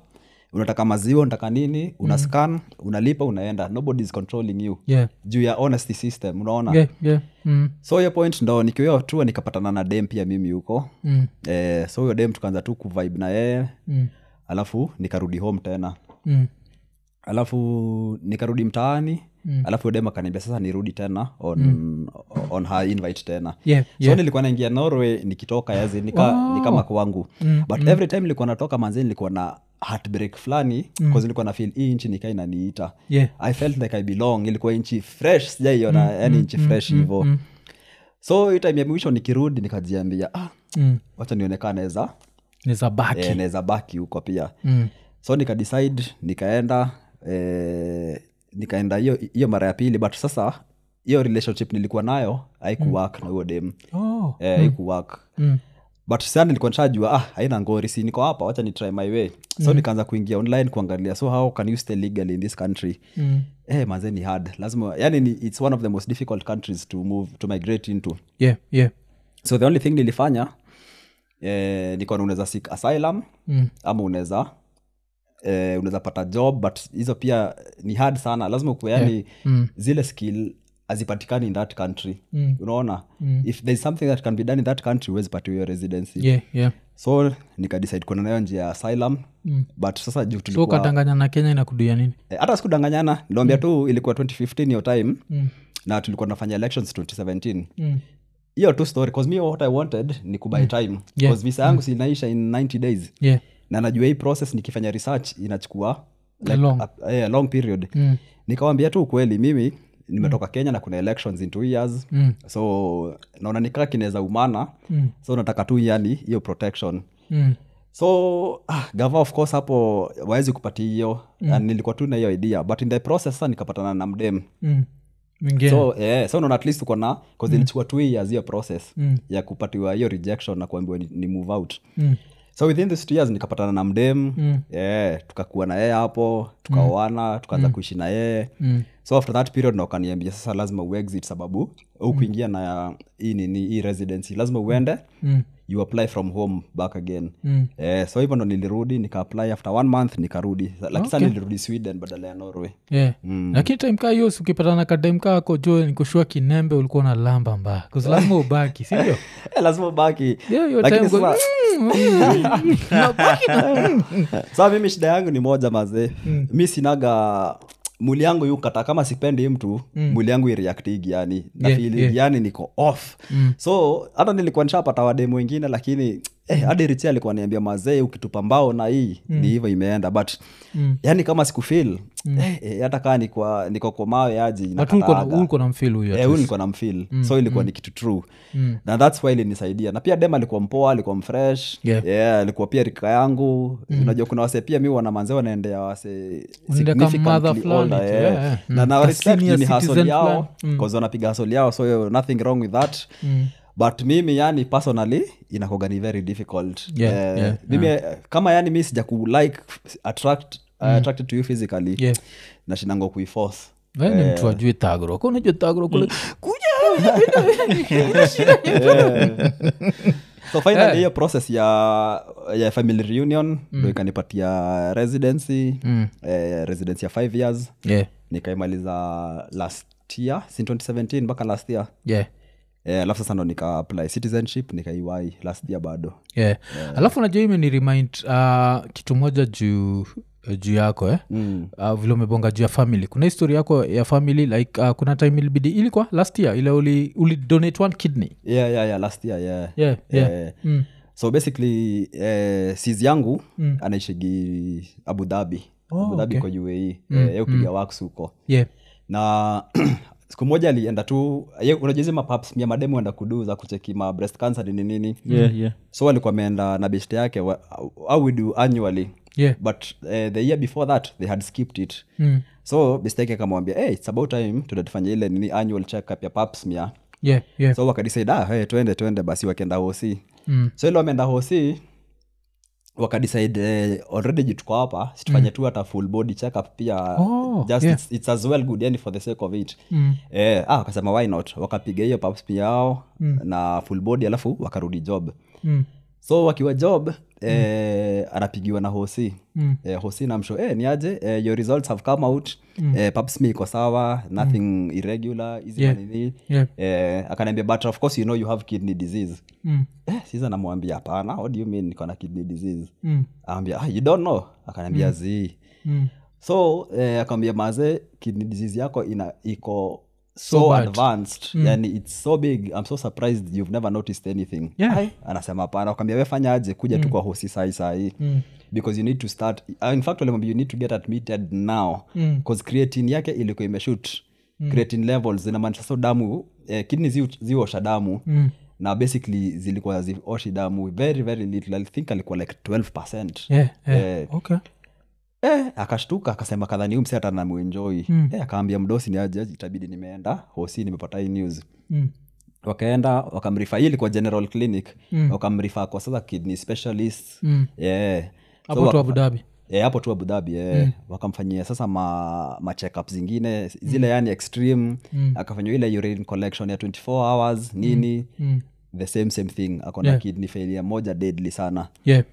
unataka maziwa unataka nini una scan unalipa unaenda nobody is controlling you Mm. Yeah. juu ya honesty system unaona Yeah, yeah. Mm. so hiyo point ndo nikiwa tu nikapatana na dem pia mimi huko Mm. eh, so huyo dem tukaanza tu kuvibe na yeye mm. alafu nikarudi home tena Mm. alafu nikarudi mtaani mm. alafu dem akaniambia sasa nirudi tena on, on her invite tena Yeah, so yeah. nilikuwa naingia norway nikitoka yazi nika, Wow. nikama kwangu mm, but mm. every time nilikuwa natoka manzi nilikuwa na heartbreak fulani mm. nilikuwa na feel hii nchi nikaa inaniita Yeah. i felt like i belong ilikuwa nchi fresh sijaiona mm, yani nchi fresh hivo mm, mm. so hii time ya mwisho nikirudi nikajiambia ah, Mm. wacha nionekana naweza Naeza baki. eh, naweza baki huko pia Mm. so nikadecide nikaenda eh, nikaenda hiyo hiyo mara ya pili but sasa hiyo relationship nilikuwa nayo haikuwak na huyo dem Oh. eh, haikuwork. Mm. but sana nilikuwa nishajua ah, haina ngori si niko hapa wacha ni try my way so nikaanza kuingia online kuangalia so how can you stay legal in this country Mm. eh, manze ni hard lazima yani ni, it's one of the most difficult countries to move to migrate into Yeah, yeah. so the only thing nilifanya eh, nikaona unaweza seek asylum Mm. ama unaweza eh, unaweza pata job but hizo pia ni hard sana lazima ukuwe yani yeah. Mm. zile skill hazipatikani in that country Mm. unaona if there's something that can be done in that country huwezi pata hiyo residency Yeah, yeah. so nikadecide kuenda nayo njia ya asylum mm. but sasa juu so tulikuwa ukatanganya na kenya inakuduia nini eh, hata sikudanganyana niliwambia tu ilikuwa 2015 hiyo time Mm. na tulikuwa tunafanya elections 2017 hiyo tu story cause me what i wanted ni kubuy time Mm. Yeah. Mm. cause visa yangu sinaisha in 90 days yeah. na najua hii process nikifanya research inachukua A long. a, yeah, long period Mm. nikawambia tu ukweli mimi nimetoka kenya na kuna elections in two years Mm. so naona nikaa kinaweza umana Mm. so nataka tu yani hiyo protection Mm. so ah, gava of course hapo waezi kupati hiyo mm. nilikuwa tu na hiyo idea but in the process sasa nikapatana na mdem Mm. Mwingine. so yeah, so naona at least uko na cause ilichukua two years hiyo process Mm. ya kupatiwa hiyo rejection na kuambiwa ni, ni move out Mm. so within these two years nikapatana na mdem Mm. yeah, tukakuwa na yeye hapo tukaoana tukaanza kuishi na yeye Mm. so after that period naokaniambia sasa lazima uexit sababu ukuingia na hii nini hii residency lazima uende Mm. you apply from home back again Mm. Eh, so hivyo ndo nilirudi nikaapply after one month nikarudi lakini okay. Okay. nilirudi sweden badala ya norway Yeah. Mm. lakini time kaa hiyo si ukipatana kadem kako jo nikushua kinembe ulikuwa na lamba mbaya 'Cause lazima ubaki sindio Eh, lazima ubaki Yeah, hiyo Lakini time uko- sasa- Mm, nabaki na- Mm. saa mimi shida yangu ni moja mazee Hmm. mi sinaga mwili yangu yukata kama sipendi mtu mwili yangu ireaktigi yani Hmm. Yeah, nafili yeah. Hmm. yani niko off so hata nilikuwa nishapata wademu wengine lakini eh, hadi richi alikuwa niambia mazee ukitupa mbao na hii Hmm. ni hivyo imeenda but Mm. yani kama sikufil eh, eh, hata kaa niko, niko kwa mawe aji Hmm. But ulikuwa na- nakataaga. ulikuwa na mfil huyo at Eh, huyu least. Mm, nilikuwa na mfil so ilikuwa ni kitu true na thats why ilinisaidia na pia dem alikuwa mpoa alikuwa mfresh Yeah. Mm. Yeah, alikuwa pia rika yangu unajua kuna wase pia mi wana manze wanaendea wase Unaenda kama mother significantly fulani older, tu, yeah. yeah, yeah. na Mm. na Ka respect senior ni hustle citizen yao fulani. Mm. 'cause wanapiga hustle yao so yeah, nothing wrong with that but mimi yani personally inakoga ni very difficult Yeah, Eh, yeah, mimi eh, kama yani mi sija ku like attract uh, attracted to you physically Mm. Yeah. nashindango kuiforce Wewe ni Eh. mtu ajue thagro Kwa unajua thagro kule Mm. kuja so finally Eh. hiyo process ya, ya family reunion Mm. ndo ikanipatia residency eh, residency ya five years yeah. nikaimaliza last year si 2017 mpaka last year yeah. Eh, alafu sasa ndo nika apply citizenship nikaiwai last year bado yeah. alafu najua imeni remind uh, kitu moja juu juu yako eh? mm. uh, vile umebonga juu ya family kuna histori yako ya family like uh, kuna time ilibidi ilikuwa last year ile uli, uli donate one kidney yeah, yeah, yeah, last year yeah. yeah, yeah. Eh, Mm. so basically eh, sis yangu anaishigi abu dhabi Oh, abu dhabi okay. kwa uae mm. eh, upiga wax huko yeah. na siku moja alienda tu ye- unajua hizi mapaps ya mademu enda kuduza kucheki ma breast cancer nini nini Yeah, yeah. so alikuwa ameenda na best yake wa- au we do annually Yeah. but eh, the year before that they had skipped it Mm. so best yake akamwambia hey, it's about time tunatufanya ile nini annual checkup ya papsmia yeah, yeah. so wakadecide ah, hey, twende twende basi wakienda hosi Mm. so ile wameenda hosi wakadecide eh, already jituko hapa situfanye tu hata full body checkup pia Mm. Oh, just yeah. it's, it's as well good yani for the sake of it Mm. eh, ah, wakasema why not wakapiga hiyo pap smear yao na full body alafu wakarudi job Mm. so wakiwa job eh, anapigiwa na hosi Mm. eh, hosi namsho eh, ni aje eh, your results have come out mm. eh, pap smear iko sawa nothing irregular hizi Mm. Yeah. manini Yeah. eh, akaniambia but of course you know you have kidney disease Mm. eh, sasa namwambia hapana what do you mean niko na kidney disease Mm. anaambia ah, you don't know akaniambia mm. zii Mm. so eh, akambia maze kidney disease yako ina iko so, So bad. advanced mm. yani its so big i'm so surprised you've never noticed anything Yeah. Ai, anasema hapana akambia wefanya aje kuja mm. tu kwa hosi sahi sahi mm. because you need to start uh, in fact walimwambia you need to get admitted now because creatine yake ilikuwa imeshut mm. creatine levels zinamaanisha so damu eh, kidney zi- ziosha damu mm na basically zilikuwa zioshi damu very very little i think alikuwa like 12 percent yeah, yeah. Eh. okay. eh, akashtuka akasema kadhani huyu msi hata namuenjoi Hmm. mm. eh, akaambia mdosi ni aje itabidi nimeenda hosi nimepata hii news mm. wakaenda wakamrifa hii ilikuwa general clinic Hmm. mm. wakamrifa kwa sasa kidney specialist Mm. yeah. So hapo Hmm. tu waka- abudabi Eh, hapo tu abudhabi eh. wakamfanyia sasa ma, ma checkups zingine Hmm. zile yani extreme mm. akafanywa ile urine collection ya 24 hours nini mm. the same same thing akona Hmm. Yeah. kidney failure moja deadly sana yeah.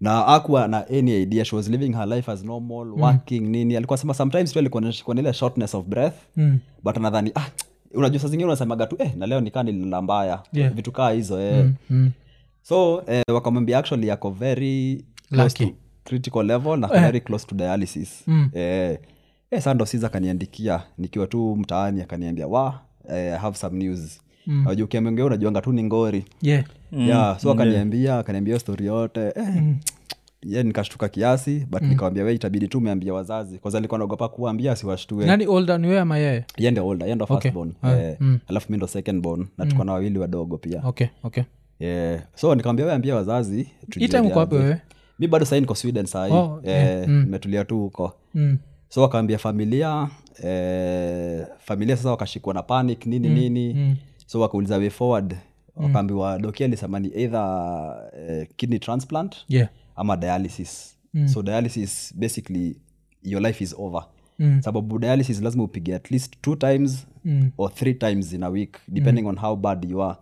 na akuwa na any idea she was living her life as normal mm. working nini alikuwa sema sometimes tu alikuwa anashikwa na ile shortness of breath mm. but anadhani ah, unajua saa zingine unasemaga tu eh, na leo nikaa nilala mbaya Yeah. vitu kaa hizo eh. Mm. so eh, wakamwambia actually yako very close Lucky. to critical level na very close to dialysis mm. eh, eh, sando sis akaniandikia nikiwa tu mtaani akaniambia wa eh, I have some news mm. najua ukiamongea unajuanga tu ni ngori Mm, yeah. Mm. yeah, so akaniambia akaniambia hiyo story yote eh, yeah, nikashtuka kiasi but nikawambia we itabidi tu umeambia wazazi kwanza alikuwa naogopa kuambia asiwashtue nani older ni wewe ama yeye yende olda yendo Okay. Ah, mm. firstborn eh, alafu mi ndo secondborn na tuko na wawili wadogo pia okay okay yeah. so nikawambia we ambia wazazi tujue hii time uko wapi aje. wewe mi bado sai niko sweden sahii Oh, yeah. metulia tu huko mm. so wakaambia familia eh, familia sasa wakashikwa na panic Mm, nini nini so wakauliza way forward wakaambiwa doki alisema ni either eh, kidney transplant yeah ama dialysis so dialysis basically your life is over Mm. sababu dialysis lazima upige at least two times mm. or three times in a week Mm. depending on how bad you are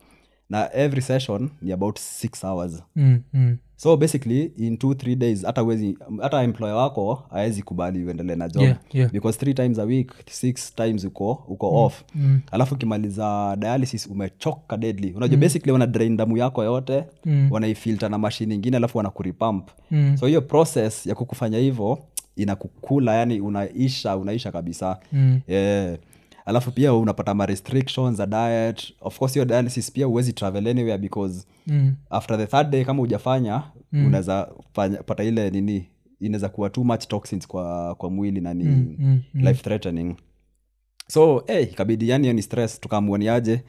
na every session ni about six hours mm. Mm. so basically in two three days hata wezi hata employer wako awezi kubali uendelee na job Yeah, yeah. because three times a week six times uko uko off alafu ukimaliza dialysis umechoka deadly unajua basically wana drain damu yako yote mm. wanaifilter na mashini ingine alafu wanakuripamp mm. so hiyo process ya kukufanya hivyo inakukula yani unaisha unaisha kabisa mm. yeah alafu pia unapata ma restrictions za diet of course hiyo dialysis pia huwezi travel anywhere because Mm. after the third day kama hujafanya mm. unaweza fanya- pata ile nini inaweza kuwa too much toxins kwa, kwa mwili na ni mm, mm, Mm-hmm. life threatening so hey, ikabidi yani hiyo ni stress tukamuoniaje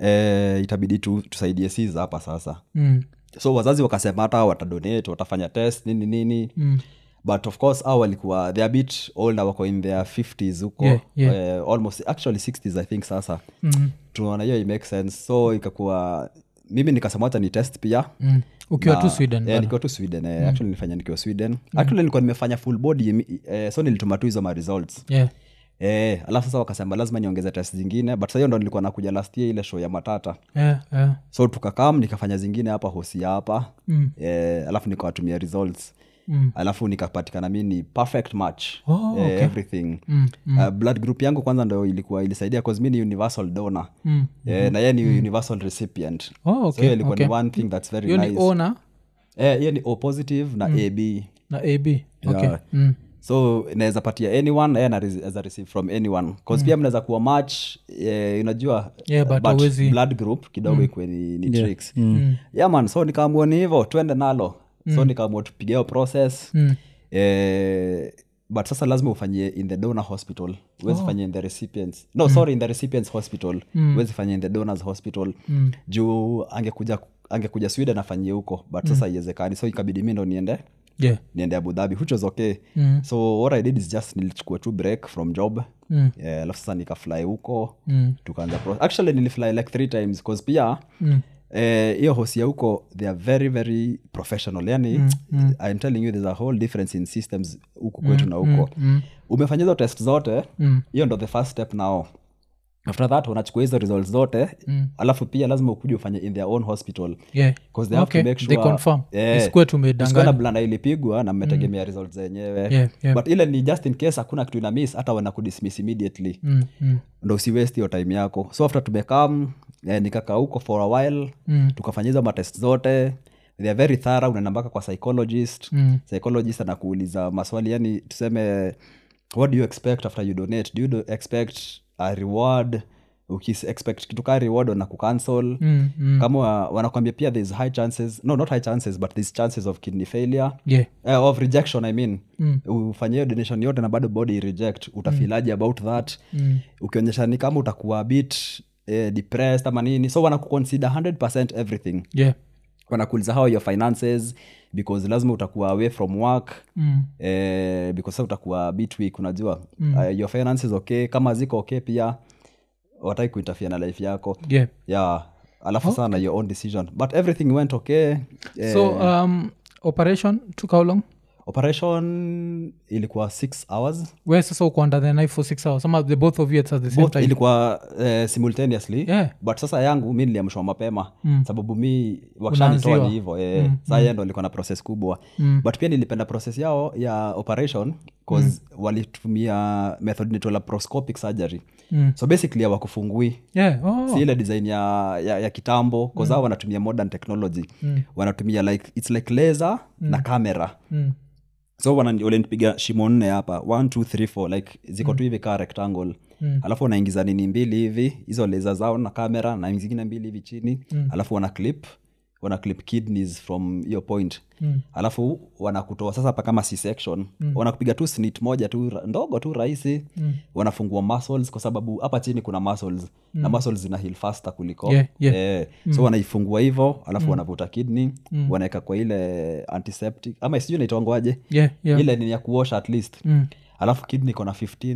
eh, itabidi tu, tusaidie siza hapa sasa Mm. so wazazi wakasema hata watadonate watafanya test nini nini mm. but of course au walikuwa they are a bit older wako in their 50s huko Yeah, yeah. Mm-hmm. Eh, almost actually 60s i think sasa mm. tunaona hiyo imake sense so ikakuwa mimi nikasema hata ni test pia Mm. ukiwa tu Na- sweden yeah, bana. Mm. nikiwa tu sweden eh, actually nilifanya nikiwa sweden actually nilikuwa nimefanya full body imi- eh, so nilituma tu hizo ma results yeah. eh, alafu sasa wakasema lazima niongeze test zingine but sahiyo ndo nilikuwa nakuja last year ile show ya matata Yeah, yeah. so tukakam nikafanya zingine hapa hosi ya hapa mm. eh, alafu nikawatumia results Mm. alafu nikapatikana mi ni perfect match Oh, eh, okay. everything mm, mm. Uh, blood group yangu kwanza ndo ilikuwa ilisaidia cause mi ni universal donor mm, eh, na yeye ni universal recipient Oh, so hiyo okay, ilikuwa okay. ni one thing that's very hiyo ni nice ona Eh, hiyo ni o positive na ab na ab okay. Yeah. mm. so inaweza patia anyone eh, naweza receive from anyone cause pia mnaweza kuwa match eh, unajua Yeah, but Mm. but huwezi- blood group kidogo ikwe ni, ni tricks mm. yeah man so nikaamua ni hivyo twende nalo so nikaamua tupige hiyo process mm. eh, but sasa lazima ufanyie in the donor hospital huwezi fanya in the recipients no sorry in the recipients hospital huwezi fanya in the donors hospital mm. juu angekuja angekuja sweden afanyie huko but sasa haiwezekani so ikabidi mi ndo niende yeah. niende abu dhabi which was okay mm. so what i did is just nilichukua tu break from job mm. yeah, alafu sasa nikafly huko mm. tukaanza pro- actually nilifly like three times bcause pia mm hiyo eh, hosia huko they are very very professional yani mm, i'm telling you there's a whole difference in systems huku kwetu na huko mm, umefanya hizo test zote Mm. hiyo ndo the first step now after that unachukua hizo results zote mm. alafu pia lazima ukuje ufanye in their own hospital Yeah. 'Cause they have to Okay, make they sure- confirm. Yeah. Isikuwe Isikuwe na tumedanganya. Mm. blanda ilipigwa ah, na mmetegemea results zenyewe Yeah, yeah. but ile ni just in case hakuna kitu ina miss hata wanakudismiss immediately Mm, mm. ndo usiwaste hiyo time yako so after tumekam eh, nikakaa huko for a while mm. tukafanyiza matest zote they are very thorough unaendambaka kwa psychologist Mm. psychologist anakuuliza maswali yani tuseme what do you expect after you donate do you do expect a reward ukis expect kitu kaa reward wanakucancel Mm, mm. kama wa- wanakwambia pia there's high chances no not high chances but there's chances of kidney failure Yeah. eh, of rejection i mean mm. ufanyie donation yote na bado body reject utafilaji about that mm. ukionyesha ni kama utakuwa a bit eh, depressed ama nini so wanakuconsider 100 everything Yeah. wanakuuliza how are your finances because lazima utakuwa away from work mm. eh, because sasa utakuwa a bit weak unajua mm. uh, your finances okay kama ziko okay pia wataki kuintafia na life yako Yeah. yeah alafu okay. sana your own decision but everything went okay eh, so um, operation took how long operation ilikuwa six hours we sasa uko under the knife for six hours ama the both of you at the same both time ilikuwa eh, simultaneously Yeah. but sasa yangu mi niliamshwa mapema mm. sababu mi Unaanziwa. wakshanitoa ni hivo eh, mm. saa yeye ndo alikuwa na proses kubwa mm. but pia nilipenda proses yao ya operation cause mm. walitumia method inaitwa laparoscopic surgery mm. so basically hawakufungui yeah. oh. si ile design ya, ya, ya kitambo kazao wanatumia modern technology mm. wanatumia like its like laser mm. na camera Mm. so wana- walinipiga shimo nne hapa one two three four like ziko tu hivi kaa rectangle Mm. alafu wanaingiza nini mbili hivi hizo leza zao na kamera na zingine mbili hivi chini mm. alafu wana clip wana clip kidneys from hiyo point mm. alafu wanakutoa sasa hapa kama c-section mm. wanakupiga tu snit moja tu ra- ndogo tu rahisi mm. wanafungua muscles kwa sababu hapa chini kuna muscles mm. na muscles zina heal faster kuliko Yeah, yeah. Eh, so wanaifungua hivo alafu wanavuta kidney wanaweka kwa ile antiseptic ama sijui naitangwaje yeah, yeah. ile ni ya kuosha at least mm. alafu kidney iko na 15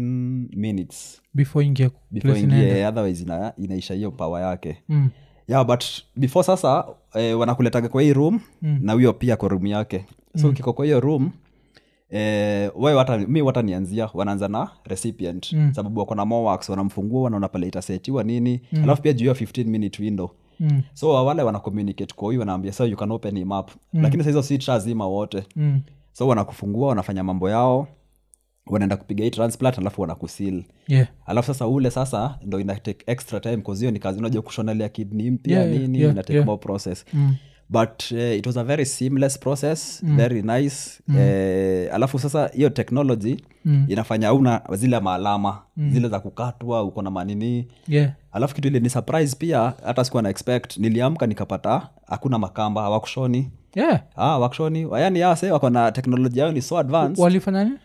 minutes before ingia before place inaenda. ingie otherwise ina, inaisha hiyo power yake Mm. yeah but before sasa eh, wanakuletaga kwa hii room mm. na huyo pia kwa room yake so mm. kiko kwa hiyo room Eh, wewe hata mi hata nianzia wanaanza na recipient mm. sababu wako na more works wanamfungua wanaona pale itasetiwa nini mm. alafu pia juu ya 15 minute window Mm. so wale wana communicate kwa huyu wanaambia so you can open him up mm. lakini sahizo si trazima wote Mm. so wanakufungua wanafanya mambo yao wanaenda kupiga hii transplant alafu wanakusil Yeah. alafu sasa ule sasa ndo ina take extra time cause hiyo ni kazi unajua kushonelea kidney mpya Yeah, yeah, nini yeah, ina take yeah. more process Mm. but uh, it was a very seamless process very nice Mm. Eh, alafu sasa hiyo technology inafanya una zile maalama Mm. zile za kukatwa uko na manini Yeah. alafu kitu ile ni surprise pia hata sikuwa na expect niliamka nikapata hakuna makamba hawakushoni Yeah. ah, wakshoni yani ase wako na teknolojia yao ni so advanced walifanya nini?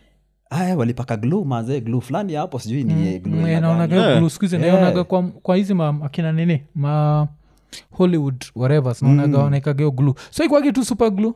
aya walipaka glu maze glu fulani hapo sijui ni glu Mm, naonaga Yeah. blue squeeze, naonaga kwa, kwa hizi ma, akina nini ma hollywood whatever Mm. naonaga wanaekaga hiyo glue so ikwagi tu super glue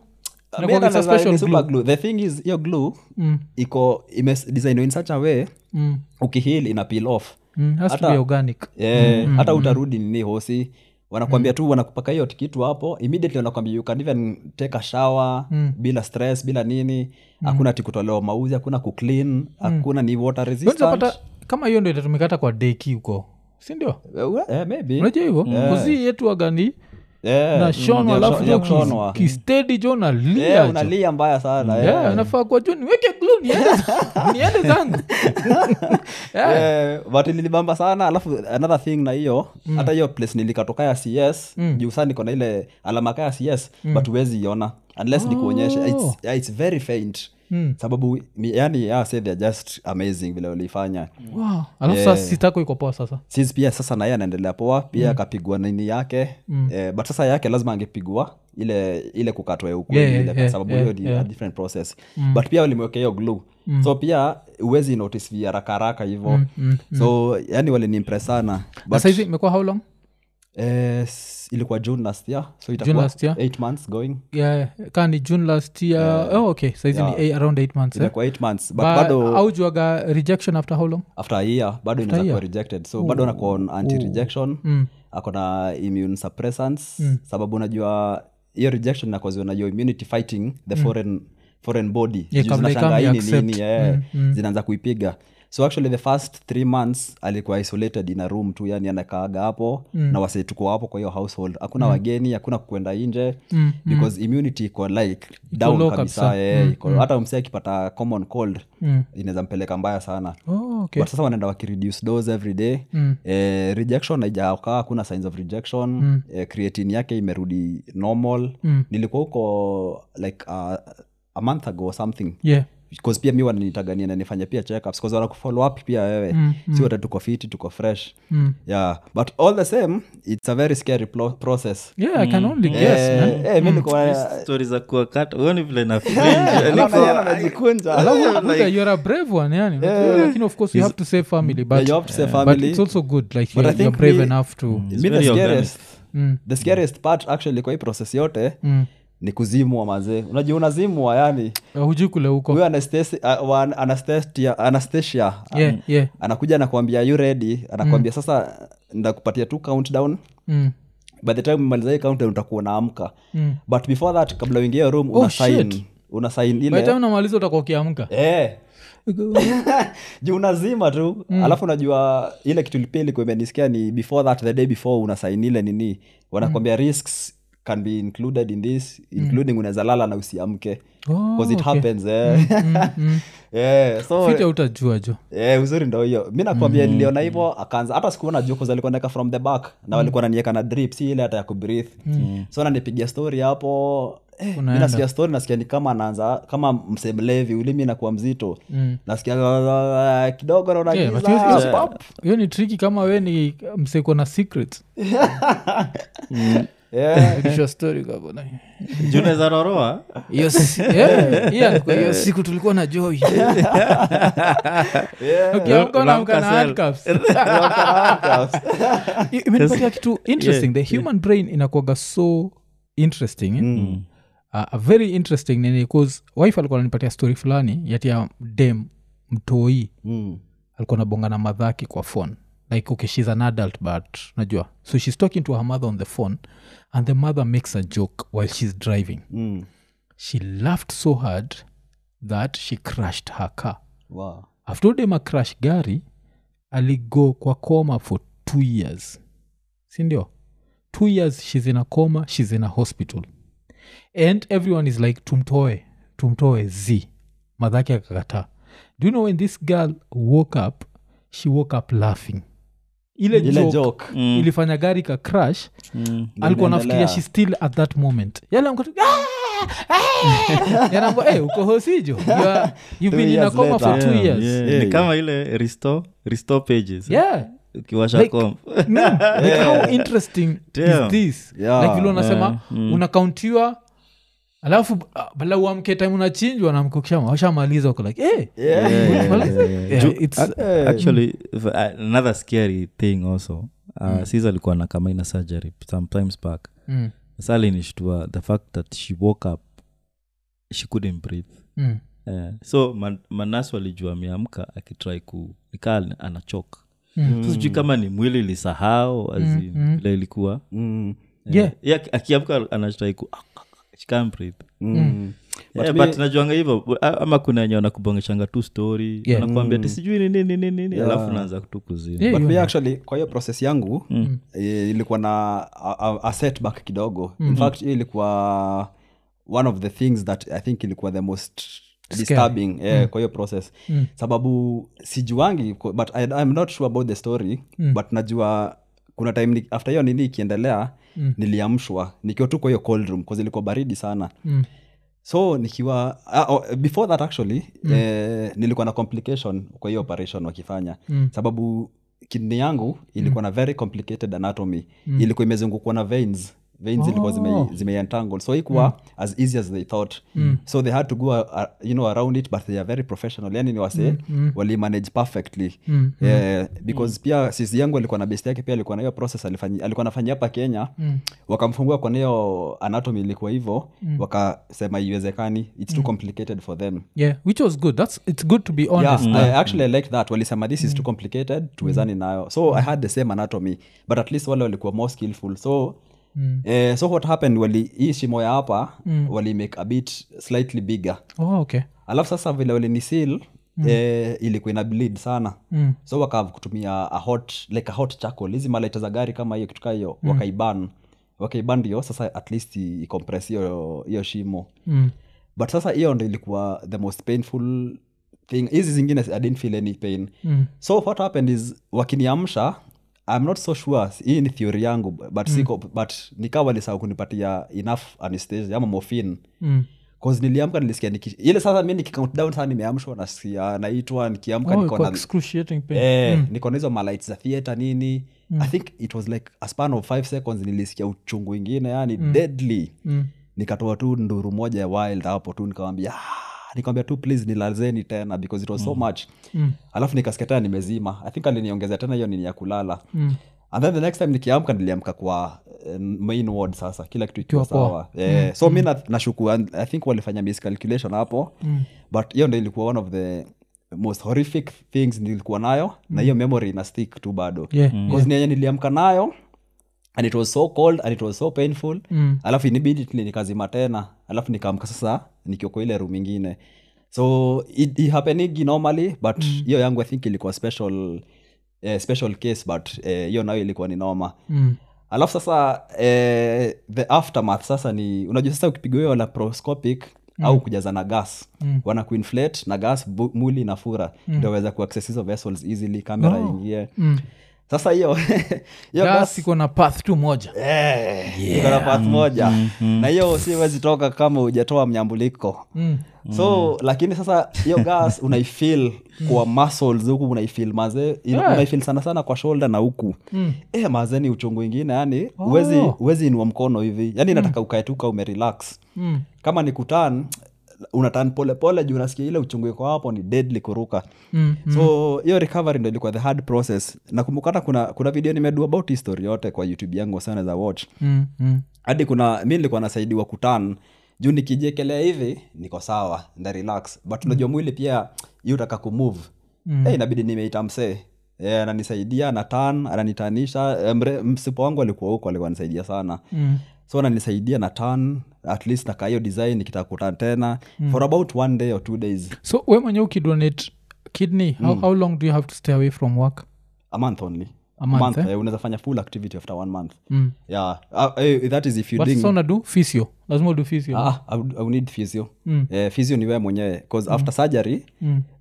Inakuwaga it's a special glue. the thing is hiyo glu Mm, iko imedesignwa in such a way mm, ukihil ina peel off mm, has to Hata- be organic Eh, Mm, hata utarudi nini hosi wanakwambia tu wanakupaka hiyo kitu hapo immediately wanakwambia you can even take a shower Mm. bila stress bila nini hakuna tikutolewa mauzi hakuna Mm. kuclean hakuna ni water Ndio utapata- resistant kama hiyo ndo itatumika hata kwa deki huko sindio Eh, eh, maybe unajua hivo kuzi yetu agani Eh, na mm, shonwa ya alafu sho- jo ya kis- kushonwa. kistedi jo nalia Yeah, jo. unalia mbaya sana eh. Yeah, nafaa kwa jo niweke glue, niende niende zangu Yeah. Eh, but ilinibamba sana alafu another thing na hiyo Mm. hata hiyo place nilikatoka ya cs juu saa niko na ile alama ka ya cs Mm. but huwezi iona unless Oh. nikuonyeshe it's, yeah, it's very faint Mm. sababu mi- yani yeah, say they're just amazing vile walifanya Wow. alafu sasa sitako iko poa sasa sis pia sasa naye anaendelea poa pia Mm. akapigwa nini yake eh, but sasa yake lazima angepigwa ile ile kukatwa ya huku Yeah, ile yeah, kwa yeah, sababu yeah, Mm. hiyo ni a different process but pia walimwekea hiyo glue so pia huwezi notice via haraka haraka hivyo so yani walinimpress sana Mm, Na but saizi imekuwa how long eh, s- ilikuwa june last year so itakuwa last year. 8 months going yeah, kaa ni june last year oh, okay saizi ni eight- around eight months eh? itakuwa 8 months but Ba- bado au juaga rejection after how long after a year bado inaweza kuwa rejected so bado anakuwa on anti rejection Mm. akona immune suppressants sababu unajua hiyo rejection inakoziwa na your immunity fighting the foreign foreign body Mm. Yeah, Juu kabla zinashangaa ikaanza hii ni accept. Mm, nini, eh, zinaanza kuipiga so actually the first three months alikuwa isolated in a room tu yani anakaaga hapo Mm. na wasetuko hapo kwa hiyo household hakuna wageni hakuna kwenda nje because immunity iko like down Mm, low kabisa, kabisa. Mm, eh, iko- hata msee akipata common cold inaweza mpeleka mbaya sana oh, Oh, okay. but sasa wanaenda wakireduce dose every day mm. eh, rejection haijakaa hakuna signs of rejection mm. eh, creatine yake imerudi normal mm. nilikuwa huko like uh, a month ago or something yeah. bcause pia mi wananitagania nanifanya pia checkups bcause wanakufollow up pia wewe mm, mm. si wote tuko fiti tuko fresh mm. yeah but all the same it's a very scary plo- process yeah i can only Eh, guess man. eh, mi niko- stori za kuwakata uoni vile Alafu yana nafikiria najikunja. Alafu, Buddha, you're a brave one yani lakini of course you have to save family but, Yeah, you have to save but family. it's also good like But I you're, you're think brave we- Mm. enough to Mi the very organic. scariest- Mm. the scariest part actually kwa hii process yote ni kuzimwa mazee unajua unazimwa yani Uh, hujui kule huko huyo anastesi- a- wa- anastasia- anastasia yeah, yeah. anakuja anakuambia you ready anakuambia sasa ndakupatia tu countdown Mm. by the time umaliza hii countdown utakuwa unaamka Mm. but before that kabla uingie hiyo room Oh, una sign shit. una sign By the time ile unamaliza utakuwa ukiamka Eh. juu unazima tu Mm. alafu unajua ile kitu pia ilikuwa imenisikia ni before that the day before una sign ile nini Mm. wanakwambia risks can be included in this including unaweza lala na usiamke Oh, 'Cause it okay. Mm, happens eh. Eh, so fiti utajua jo Eh, uzuri ndo hiyo mi nakwambia Mm. niliona hivo akaanza hata sikuona jukoz alikuwa naeka from the back Mm. na walikuwa nanieka na drip si ile hata ya kubrith so nanipigia story hapo eh, mi Unaenda. nasikia story nasikia ni kama anaanza kama msemlevi ulimi nakuwa mzito Mm. nasikia "Ah, kidogo naona Yeah, giza, but hiyo- hiyo- pop." hiyo ni triki kama we ni mseko na secret Eh, Kisha story kabla. junaweza roroa Hiyo si- yeah, hiyo alikuwa- hiyo siku tulikuwa na joi ukiamka unaamka na Unaamka sel. handcuffs. handcuffs. I- imenipatia kitu interesting the human brain inakuaga so interesting eh? uh, a very interesting nini bcause wife alikuwa ananipatia story fulani yati ya dem mtoi Mm. alikuwa nabonga na madhaki kwa phone like okay she's an adult but najua so she's talking to her mother on the phone and the mother makes a joke while she's driving Mm. she laughed so hard that she crashed her car Wow. after dem acrash gari aligo kwa coma for two years sindio two years shes in a coma shes in a hospital and everyone is like tumtoe tumtoe z madhake akakataa do you know when this girl woke up she woke up laughing ile, ile joke, joke Mm. ilifanya gari ka crash Mm. alikuwa nafikiria she still at that moment Ah! yalayanamb eh, uko hosijo You are- you've been Three in a years coma for later. two years Yeah, Yeah, ni yeah. kama ile restore, restore pages yeah ukiwasha Like- com Mm, like how interesting Damn. is this Yeah. like vile unasema unakauntiwa alafu ah, bala uamke time unachinjwa na mkukishama washamaliza uko like eh, Yeah. ulimaliza? Yeah, Ju- it's- ac- Eh. actually if- uh, another scary thing also uh, sis alikuwa na kama ina surgery sometimes back Mm, sa alinishtua the fact that she woke up she couldn't breathe mm. Eh, so man, manasu alijua ameamka akitrai ku nikaa anachok Mm. so sijui kama ni mwili ilisahau Mm, azin mm. vile ilikuwa Mm. Eh, Yeah. ye aki- akiamka anatrai ku ah, she can't breathe Mm. But Yeah, mi- but najuanga hivyo bu- a- ama kuna wenye wanakubongeshanga tu story Yeah. wanakuambia Mm. ti sijui ni nini nini nini alafu naanza tu kuzima Yeah, but you me know. actually kwa hiyo process yangu mm. ilikuwa na a, a, a setback kidogo mm. in fact hiyo ilikuwa one of the things that i think ilikuwa the most disturbing eh, kwa hiyo process mm. sababu sijuangi ko- but I, i'm not sure about the story mm. but najua kuna time ni- after hiyo nini ikiendelea mm. niliamshwa nikiwa tu kwa hiyo cold room 'cause ilikuwa baridi sana Mm. so nikiwa ah, oh, before that actually mm. eh, nilikuwa na complication kwa hiyo operation wakifanya mm. sababu kidney yangu ilikuwa mm. na very complicated anatomy mm. Oh. ilikuwa imezungukwa na veins veins ilikuwa zime, zimeentangled so ikuwa mm. as easy as they thought mm. so they had to go uh, you know, around it but they are very professional yani ni wase mm. walimanage perfectly mm. yeah, because mm. pia sisi yangu alikuwa na best yake pia alikuwa na hiyo process alifanyi, alikuwa anafanyia hapa kenya mm. wakamfungua kwa nayo anatomy ilikuwa hivyo mm. wakasema iwezekani its too complicated for them yeah which was good that's it's good to be yeah, honest I actually like that walisema this is too complicated tuwezani nayo so i had the same anatomy but at least wale walikuwa more skillful so eh, so what happened wali hii shimo ya hapa wali make a bit slightly bigger oh, okay alafu sasa vile walinisil mm. eh, ilikuwa ina bleed sana mm. so waka kutumia a hot, like a hot charcoal hizi malaita za gari kama hiyo kitu kaa hiyo mm. wakaiban wakaiban ndio sasa at least i- icompress hiyo hiyo shimo Mm. but sasa hiyo ndo ilikuwa the most painful thing hizi zingine i didn't feel any pain mm. so what happened is wakiniamsha i'm not so sure hii ni theory yangu but, mm. siko, but nikawa lisau kunipatia enough anesthesia ama morphine Mm. cause niliamka nilisikia niki, ile sasa mi nikicount down saa nimeamshwa nasikia naitwa nikiamka Oh, niko kwa na- excruciating pain. eh, niko na hizo malights za theatre nini i think it was like a span of five seconds nilisikia uchungu ingine yani deadly nikatoa tu nduru moja ya wild hapo tu nikawambia nikawambia tu please nilazeni tena because it was so much alafu nikasikia tena nimezima i think aliniongezea tena hiyo nini ya kulala and then the next time nikiamka niliamka kwa eh, main ward sasa kila kitu ikiwa Ikiwa sawa eh, Mm. so mi na- nashuku and i think walifanya miscalculation hapo Mm. but hiyo ndo ilikuwa one of the most horrific things nilikuwa nayo na hiyo memory ina stick tu bado Mm. Yeah, Because ni yenye niliamka nayo and it was so cold and it was so painful Mm. alafu inibidi tuli- nikazima tena alafu nikaamka sasa nikiwa kwa ile room ingine so it, it happenigi normally but Mm. hiyo yangu i think ilikuwa special eh, special case but eh, hiyo nayo ilikuwa ni noma Mm. alafu sasa eh, the aftermath sasa ni unajua sasa ukipigwa hiyo laparoscopic mm. au kujazana gas mm. wanakuinflate na gas bu- mwili inafura mm. ndio waweza kuaccess hizo vessels easily kamera Oh. ingie Mm. sasa hiyo hiyo Gas gas iko na path tu moja eh, iko na path moja na hiyo siwezi toka kama hujatoa mnyambuliko Mm. so lakini sasa hiyo gas unaifil kwa muscles huku unaifil maze Yeah. unaifil sana sana kwa shoulder na huku Mm. eh, mazeni uchungu ingine yani uwezi, uwezi inua mkono hivi yani inataka ukae tu ka umerelax Mm. kama ni kutan unatan polepole juu unasikia ile uchungu iko hapo ni deadly kuruka Mm. so hiyo recovery ndo ilikuwa the hard process nakumbuka hata kuna, kuna video nimedua about history yote kwa youtube yangu sana za watch Mm. Mm. hadi kuna mi nilikuwa nasaidiwa kutan juu nikijiekelea hivi niko sawa nda relax but Mm. unajua mwili pia hiyo utaka kumove mm. hey, inabidi nimeita msee Eh, ananisaidia anatan ananitanisha Eh, mre- msipo wangu alikuwa huko alikuwa nisaidia sana Mm. so ananisaidia na tan at least nakaa hiyo design nikitaka kutan tena mm. for about one day or two days so we mwenyewe ukidonate kidney how, Mm. how long do you have to stay away from work a month only A month, eh? eh, unaweza fanya full activity after one month Mm. yeah uh, eh, that is if you but ding sasa unadu physio lazima udu physio ah, I, would- I would need physio Mm. eh, physio ni wewe mwenyewe cause after surgery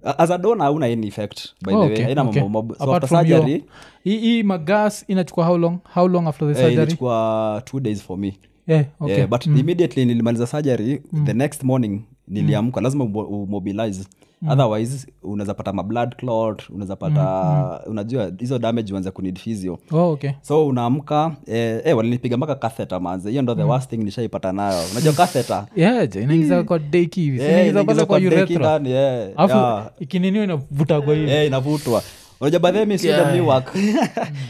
a- as a donor hauna any effect by Hmm. Oh, the okay, way haina okay. mamob- so Apart after from your- surgery eh, hii hii magas inachukua how long how long after the eh, surgery ilichukua two days for me yeah, okay. Hmm. Eh, but immediately nilimaliza surgery the next morning Hmm. niliamka lazima umo- umobilize otherwise unaweza pata mablood clot unaweza Hmm, pata unajua hizo damage uanze kunid physio oh, okay so unaamka eh, eh, walinipiga mpaka katheta manze hiyo ndo Hmm. the worst thing nishaipata nayo unajua katheta yeah, je, inaingiza kwa deki hivi si Eh, inaingiza inaingiza kwanza kwa kwa deki urethra ndani, eh, yeah. alafu ikininiwa inavuta kwa hivi Eh, inavutwa unajua badhee mi sida miwak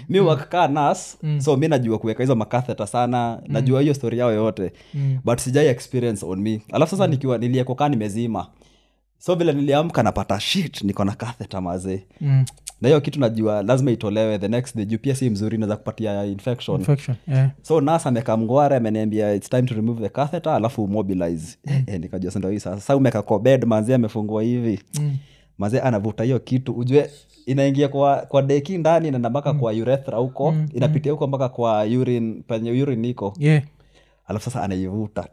miwak ka nas so mi najua kuweka hizo makatheta sana najua hiyo stori yao yote but sijai experience on me alafu sasa nikiwa niliekokaa nimezima so vile niliamka napata shit niko na katheta mazee mm. na hiyo kitu najua lazima itolewe the next day juu pia si mzuri naweza kupatia infection infection yeah. so nas ameka mgware ameniambia its time to remove the catheter alafu mobilize eh, nikajua sasa ndo hii sasa Sasa umeka kwa bed manzi amefungua hivi mm. manzi anavuta hiyo kitu ujue inaingia kwa, kwa deki ndani naenda mpaka kwa urethra huko inapitia huko mpaka kwa urine penye urine iko Yeah. alafu sasa anaivuta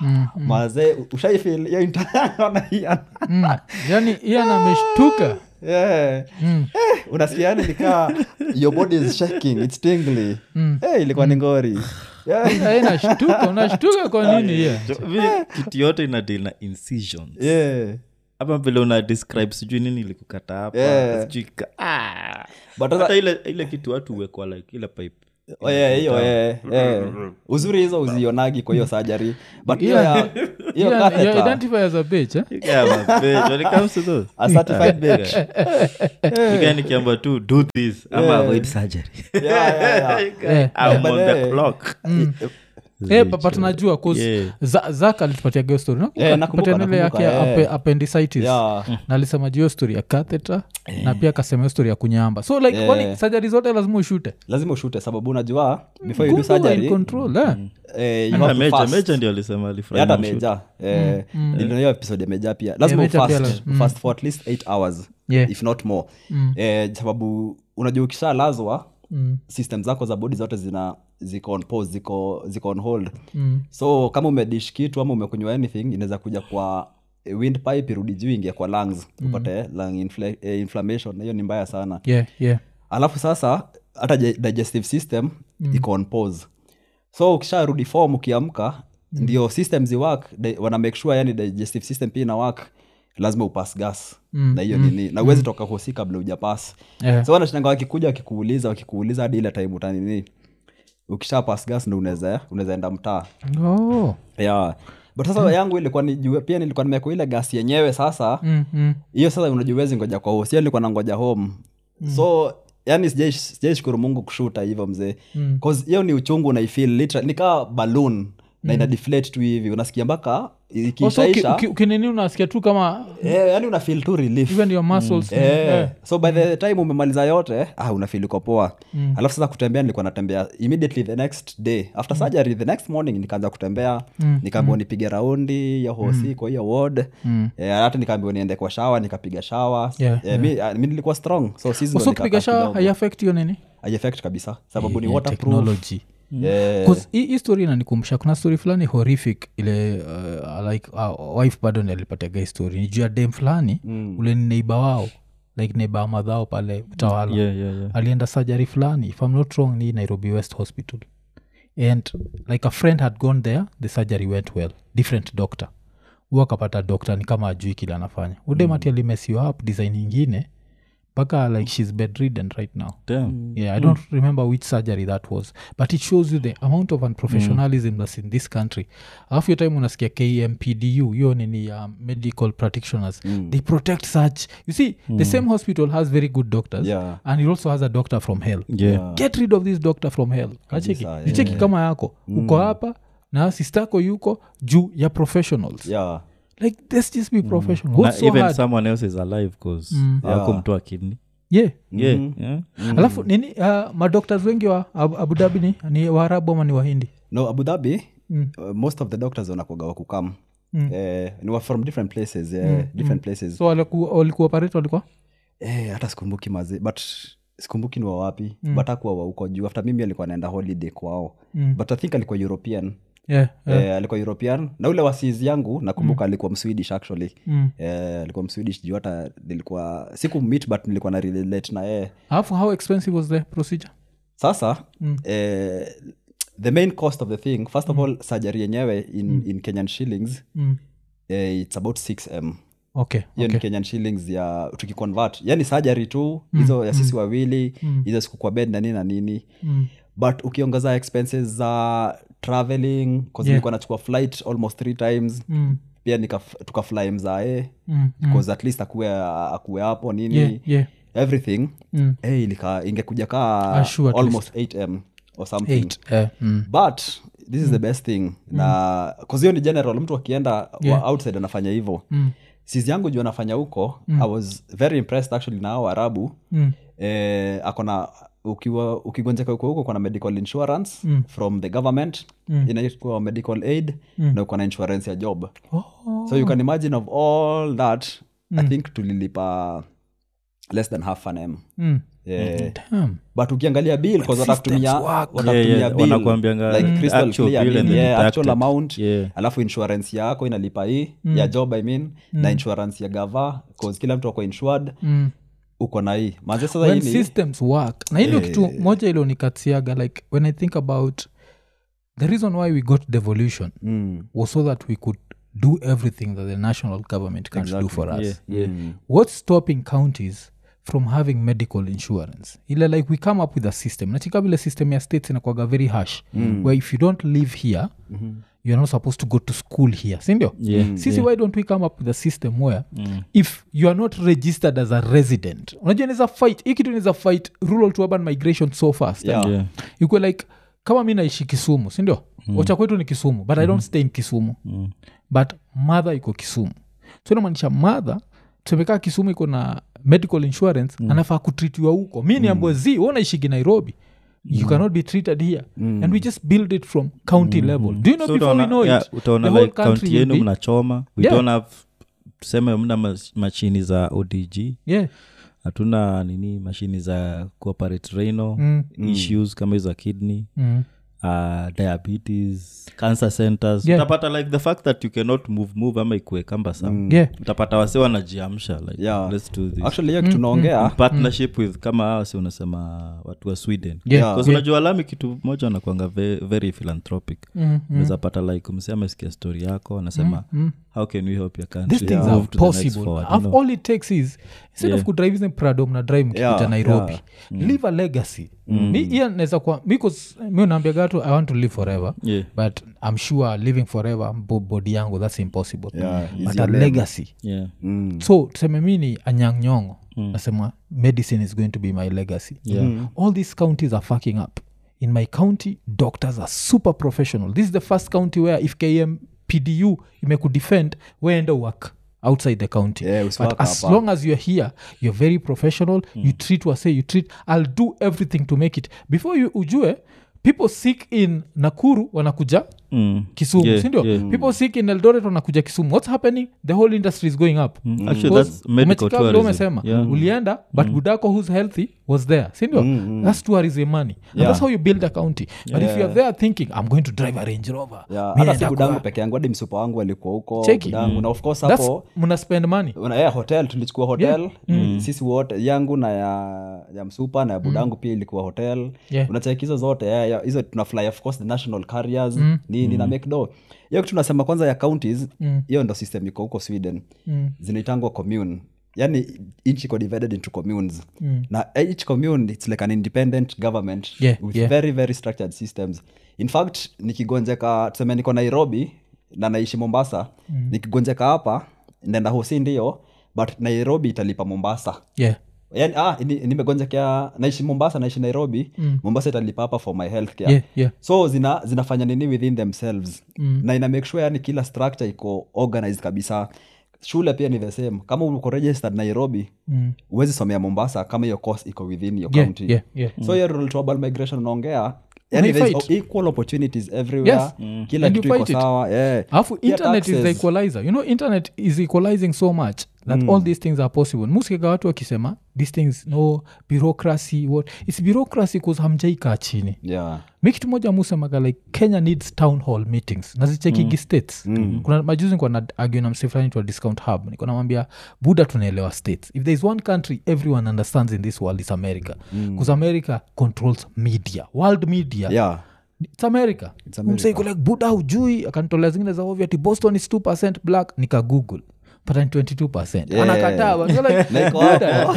mm, mm. mazee ushaifil hiyo intanaiana Mm. yani hiyo ameshtuka yeah. eh, unasikia yani nikaa your body is shaking its tingly eh, ilikuwa ni ngori yeah. Eh, nashtuka unashtuka kwa nini hiyo kitu yote inadil na incisions Ah. yeah. ama vile una describe sijui nini ilikukata hapa Yeah. sijui ka- ah. But hata sasa- ile, ile kitu watu huwekwa like ile pipe Oh, yeah, hiyo yeah, yeah. uzuri hizo uzionagi kwa hiyo sajari but hiyo ya- hiyo Yeah, catheter, you identify as a bitch eh? Yeah, my bitch, when it comes to those. a certified bitch. You can nikiamba tu do this ama avoid surgery Yeah, yeah, yeah. Yeah. I'm But, on the eh, clock. Eh, pa- but najua Yeah. zak alitupatia geo story Eh, nakumbuka, nakupatia nile yake nakumbuka, ya eh. ape- appendicitis Yeah. na alisema juu hiyo story ya catheter na pia akasema hiyo story ya kunyamba so like Eh. kwani sajari zote lazima ushute lazima ushute sababu unajua before you do Kumbe wewe in surgery control, eh? eh, you Hata have to Major- fast. Major ndio alisema alifurahi hata na shoot. meja eh, niliona hiyo episode ya meja pia lazima Yeah, Mm, Meja ufast, pia la- ufast for at least 8 hours Yeah. Mm. if not more eh, sababu unajua ukishalazwa system zako za bodi zote zina ziko on pause, mm. ziko, ziko on hold so kama umedish kitu ama umekunywa anything inaweza kuja kwa eh, windpipe irudi juu ingie kwa lungs upate lung infla- eh, inflammation hiyo ni mbaya sana yeah, yeah. alafu sasa hata je- digestive system mm. iko on pause so ukisharudi form ukiamka mm. ndio system ziwak wana make sure yani digestive system pia inawak lazima upas gas mm. na hiyo mm. nini na uwezi toka hosi kabla ujapas Yeah. so wanashanga wakikuja wakikuuliza wakikuuliza hadi ile time utanini ukisha pas gas ndo unaweza unaweza enda mtaa Oh. yeah. but Hmm. sasa yangu ilikuwa ni juu- pia nilikuwa nimekuwa ile gasi yenyewe sasa Mm, mm. hiyo sasa unajuwezi ngoja kwa hosi nilikuwa nangoja home Hmm. mm. so yani sijai- sijai shukuru mungu kushuta hivyo mzee Hmm. mm. hiyo ni uchungu unaifil literal- nikaa balloon na ina deflate tu hivi unasikia mpaka Also, Hmm. Oh, uki- ikiishaisha uki- ukinini unasikia tu kama eh, yani unafil tu relief even your muscles ni- Eh, eh. so by the time umemaliza yote ah, unafeel uko poa Mm. alafu sasa kutembea nilikuwa natembea immediately the next day Mm. after surgery the next morning nikaanza kutembea nikaambiwa nipige raundi Mm. ya hosi kwa hiyo ward Eh, hata nikaambiwa niende kwa shawa nikapiga shawa Yeah, Eh, mi- ah, mi nilikuwa strong so season so ndo ukipiga nikakaa shawa kidogo. haiaffect hiyo nini Haiaffect kabisa sababu ni Yeah, waterproof technology. Mm. Eh, 'Cause hii hii story inanikumbusha kuna story fulani horrific ile uh, like uh, wife pardon alipataga hii story ni juu ya dem fulani mm. ule ni neiba wao like neiba wa madhao pale utawala yeah, yeah, yeah. alienda surgery fulani if i'm not wrong ni nairobi west hospital and like a friend had gone there the surgery went well different doctor hu akapata doctor ni kama ajui kile anafanya udemati mm. alimesiwa up design ingine mpaka like shes bedridden right now Damn. yeah i don't remember which surgery that was but it shows you the amount of unprofessionalism that's in this country half your time unasikia kmpdu hiyo nini ya medical practitioners Mm. they protect such you see the same hospital has very good doctors Yeah. and it also has a doctor from hell Yeah. get rid of this doctor from hell acheki yeah, Mm. jicheki kama yako uko hapa na sistako yuko juu ya professionals yeah. Mm. like let's just be professional Na what's so even hard Mm. someone else is alive cause ako mtu akini yeah yeah, Mm-hmm. yeah. Mm. alafu nini uh, madoktas wengi wa Ab- abu dhabi ni, ni waarabu ama ni wahindi no abu dhabi Mm. uh, most of the doctors wanakoga wakukam mm. eh, ni wa from different places eh, Mm. different places so walikuoparate walikuwa eh, hata sikumbuki mazi but sikumbuki ni wa wapi mm. but akuwa wauko juu after mimi alikuwa anaenda holiday kwao mm. but i think alikuwa european yeah, yeah. Eh, alikuwa european na ule wasizi yangu nakumbuka mm. alikuwa mswedish actually mm. eh, alikuwa mswedish juu hata nilikuwa siku meet but nilikuwa na relate na yeye alafu how expensive was the procedure sasa mm. eh, the main cost of the thing first of all surgery yenyewe in, in kenyan shillings mm. eh, it's about 6m okay, hiyo okay. ni kenyan shillings ya tukiconvert yani sajari tu hizo ya sisi wawili hizo siku kwa bed na nini na nini Mm. but ukiongeza expenses za traveling yeah. nilikuwa nachukua flight almost three times Mm. pia nika, tukafly mzae Mm. bcause at least akuwe akuwe hapo nini Yeah, yeah. everything Mm. hey, ilika, ingekuja kaa Ah, sure, at almost 8m or something Eight. Mm. Eh, mm. but this is the best thing na cause hiyo ni general mtu akienda yeah. outside anafanya hivyo mm. sizi yangu juu anafanya huko mm. i was very impressed actually na hao arabu Mm. eh, akona ukiwa ukigonjeka huko huko kuna medical insurance mm. from the government mm. inaitwa medical aid mm. na uko na insurance ya job Oh. so you can imagine of all that mm. i think tulilipa less than half an m Mm. yeah. mm Damn. but ukiangalia bill 'cause watakutumia watakutumia Yeah, yeah, bill, wanakuambianga like mm, crystal actual clear bill and bill, then yeah, actual deducted. amount Yeah. alafu insurance yako inalipa hii Mm. ya job i mean na insurance ya gava cause kila mtu ako insured Mm. uko na hii manze sasa when hii ni systems work na Eh. hilo kitu moja ilionikatiaga like when i think about the reason why we got devolution mm, was so that we could do everything that the national government can't do for us Mm. Yeah, yeah. what's stopping counties from having medical insurance ile like we come up with a system nachika vile system ya states inakwaga very harsh mm. where if you don't live here mm-hmm. youare not supposed to go to school here sindio Yeah, Mm. sisi why don't we come up with a system where if you are not registered as a resident unajua niza fight hii kitu niza fight rural to urban migration so fast yeah. Yeah. ikwe like kama mi naishi kisumu sindio mm. wacha kwetu ni kisumu but mm. i don't stay in kisumu mm. but madha iko kisumu so inamaanisha madha tusemekaa kisumu iko na medical insurance mm. anafaa kutritiwa huko mi ni ambwezi mm. unaishigi nairobi you cannot be treated here mm. Mm-hmm. and we just build it from county level do you know So before we utaona- know yeah, it utaona the whole like country kaunti will yenu be- mnachoma we Yeah. don't have tuseme mna mas- mashini za odg yeah Mm. hatuna nini mashini za cooperate renal issues kama hizo za kidney mm. Ah, uh, diabetes cancer centers Yeah. utapata like the fact that you cannot move move ama ikue kambasam Yeah. utapata wase wanajiamsha like Yeah. let's do this Mm. actually Mm. hiyo kitu tunaongea partnership with kama hawa si unasema watu wa sweden Yeah. 'Cause unajua lami kitu moja anakwanga ve- very philanthropic Mm, unaweza pata like msee amesikia story yako anasema how can we help your country mm. these things are move to the next possible forward?" Af- all it takes is instead of kudrive hizi pradom na drive mkikuja Yeah, nairobi live a legacy Mm. mi hiyo naweza kuwa because mi unaambia gatu i want to live forever Yeah. but i'm sure living forever bo- body yangu that's impossible Yeah, but a legacy Yeah. Mm. so tuseme mi ni anyangnyongo nasema medicine is going to be my legacy all these counties are fucking up in my county doctors are super professional this is the first county where if km pdu imekudefend weenda work outside the county Yeah, but usiwaka as hapa. Mm. long as you're here you're very professional you treat wase you treat i'll do everything to make it before you ujue people sick in nakuru wanakuja Mm. kisumu Yeah, sindio yeah. people sick in eldoret wanakuja kisumu what's happening the whole industry is going up Mm. Actually, Because that's medical umechika vile tourism. umesema Yeah. Mm. ulienda but budako who's healthy was there sindio mm. that's tourism money And that's how you build a county but if you're there thinking i'm going to drive a range rover Yeah, mi hata naenda si budangu kwa- peke yangu hadi msupa wangu alikuwa huko Cheki. Mm. budangu na of course that's hapo mna spend money una- yeah, hotel tulichukua hotel mm. sisi wote yangu na ya, ya msupa na ya budangu pia ilikuwa hotel Yeah. unacheki hizo zote yeah, yeah, hizo tuna fly of course the national carriers nini na mcdo hiyo kitu tunasema kwanza ya counties hiyo ndo system iko huko sweden mm. zinaitangwa commune yani nchi iko divided into communes mm. na each commune its like an independent government Yeah, with yeah. very very structured systems in fact nikigonjeka tuseme niko nairobi na naishi mombasa mm. nikigonjeka hapa naenda hosi ndio but nairobi italipa mombasa yeah yani ah, ni- nimegonjekea naishi mombasa naishi nairobi mm. mombasa italipa hapa for my health care yeah yeah so zina, zinafanya nini within themselves mm. na ina make sure yani kila structure iko organized kabisa shule pia ni the same kama uko registered nairobi Mm. huwezi somea mombasa kama hiyo course iko within your Yeah, county yeah, yeah. so hiyo rural tribal migration unaongea you yani fight. there's equal opportunities everywhere Yes. kila And you kitu iko fight it. sawa yeah. alafu Pia internet is the taxes. Mm. equalizer you know internet is equalizing so much that all these things are possible musikika watu wakisema these things no bureaucracy what its bureaucracy bcause hamjaikaa chini yeah. mi kitu moja musemaga like kenya needs town hall meetings nazichekigi Mm. states kuna majuzi nikuwa na argue na msee fulani twa discount hub nikuwa namwambia buda tunaelewa states if there is one country everyone understands in this world is america bcause america controls media world media Mm. Yeah. its america, Msee yuko like buda hujui akanitolea zingine za ovyo ati boston is 2 black nika google pata ni 22 Yeah. anakataa but you're like, Na iko "Buda, hapo."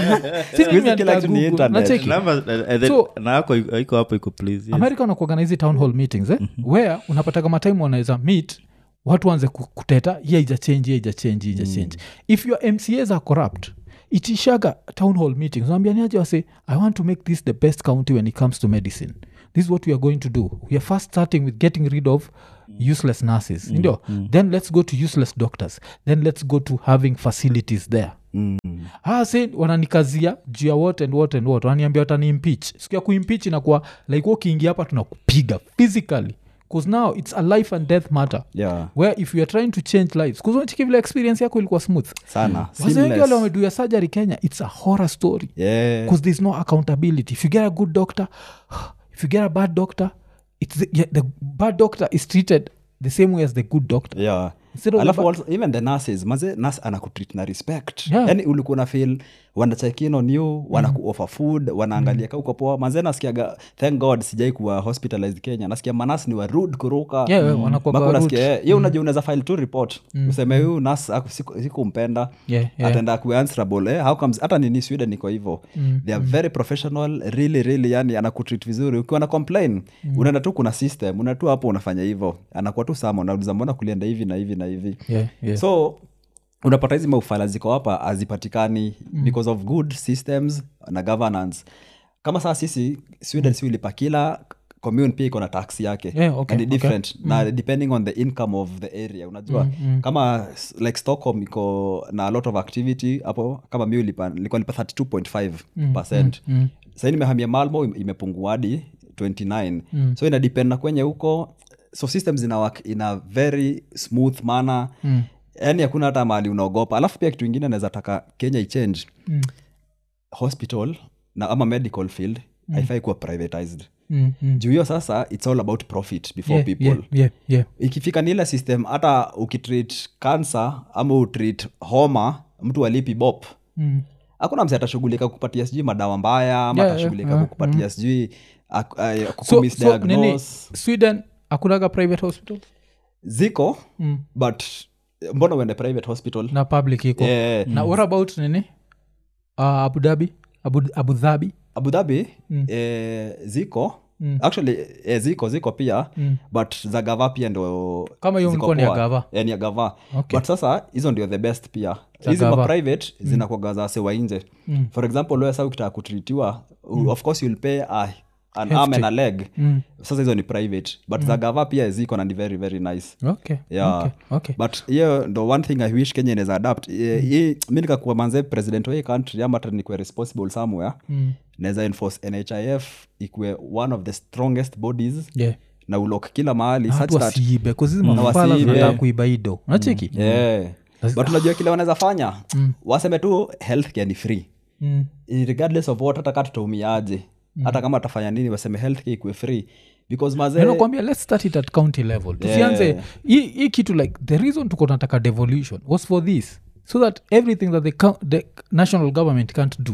si Siku hizi mimi kila andika kitu ni Google, internet. nacheki Numbers, eh, eh, the- So- na yako iko iko hapo iko please yes. amerika wanakuaga na hizi town hall meetings eh? where unapata kama time wanaweza meet watu waanze ku- kuteta ye ijachenji ye ijachenji ijachenji if your mcas are corrupt itishaga town hall meetings unaambia niaje wase i want to make this the best county when it comes to medicine this is what we are going to do we are first starting with getting rid of useless nurses ndio then let's go to useless doctors then let's go to having facilities there Ah, si wananikazia juu ya what and what and what wananiambia wataniimpich siku ya kuimpich inakuwa like ukiingia hapa tunakupiga physically bcause now its a life and death matter Yeah. where if youare trying to change lives kuzonachiki vile experience yako ilikuwa smooth sana wazee wengi wale Seamless. wameduya surgery kenya its a horror story Yeah. because there's no accountability if you get a good doctor if you get a bad doctor it's the, yeah, the bad doctor is treated the same way as the good doctor Yeah. Instead of the alafu back- also, even the nurses maze nas anakutreat na respect Yeah. Mm-hmm. yani ulikuwa na feel wanachekino new wanakuofa food wanaangalia mm. kauko poa maze nasikiaga thank god sijai kuwa hospitalized kenya nasikia manas ni warud kuruka Mm. Yeah, yeah, wanakuwaga Mpaka rude. Mm-hmm. unasikia, eh, ye unajua unaweza file tu report useme huyu nas aku- siku- sikumpenda Yeah, yeah. ataenda kuwa answerable eh, how comes hata nini sweden iko hivo they are very professional really really yani anakutreat vizuri ukiwa na complain unaenda tu kuna system unaenda tu hapo unafanya hivo anakuwa tu sama unauliza mbona kulienda hivi na hivi na hivi Yeah, yeah. so unapata hizi maufala ziko hapa hazipatikani Mm. because of good systems na governance kama saa sisi sweden si ulipa kila commune pia iko na tax yake Mm. Yeah, okay, Mm. na ni okay. different na depending on the income of the area unajua Mm, kama s- like stockholm iko na a lot of activity hapo kama mi ulipa- nilikuwa lipa 32.5 Mm, percent sahii nimehamia malmo im- imepungua hadi 29 Mm. so inadepend na kwenye huko so system zina work in a very smooth manner Mm. yaani hakuna hata mahali unaogopa alafu pia kitu ingine naweza taka kenya Mm. Mm. ichange hospital na ama medical field haifai kuwa privatized juu hiyo sasa its all about profit before Yeah, people yeah, yeah, yeah. ikifika ni ile system hata ukitreat kansa ama utreat homa mtu alipi bop Mm. hakuna mse atashughulika kukupatia sijui madawa mbaya ama Yeah, atashughulika yeah, Mm. kukupatia sijui ak- eh, So- ay, so nini, kukumisdiagnose sweden akunaga private hospital ziko Mm. but eh, mbona uende private hospital na public iko Eh, na what about nini uh, abudabi abu, abu dhabi abu dhabi Mm. eh, ziko actually eh, ziko ziko pia but za gava pia ndo Mm. Kama hiyo ziko mlikuwa ni ya poa. gava. Eh, ni ya gava Okay. but sasa hizo ndio the best pia Za hizi gava. Mm. ma private zinakuaga za sewa nje for example wewe sasa ukitaka kutritiwa u- Mm. of course you'll pay a, an arm and a leg sasa hizo ni private Mm. but za gava pia ziko na ni very very nice okay. Yeah. okay. okay. Mm. but hiyo ndo one thing i wish kenya inaweza adapt Eh, hii mi nikakuwa manze president wa hii country ama hata nikuwe responsible somewhere mm. naweza enforce nhif ikuwe one of the strongest bodies Yeah. Ah, na ulok kila mahali such hatu that wasiibe kozizi Mm. mafala Wasiibe. Mm. zinataka kuiba ido unacheki yeah. but unajua kile wanaweza fanya waseme tu healthcare ni free Mm. regardless of what hata kaa tutaumiaje hata kama atafanya nini waseme healthcare ikuwe free because Na mazee nakwambia let's start it at county level tusianze hii hii kitu like the reason tuko nataka devolution was for this so that everything that the, co- the national government can't do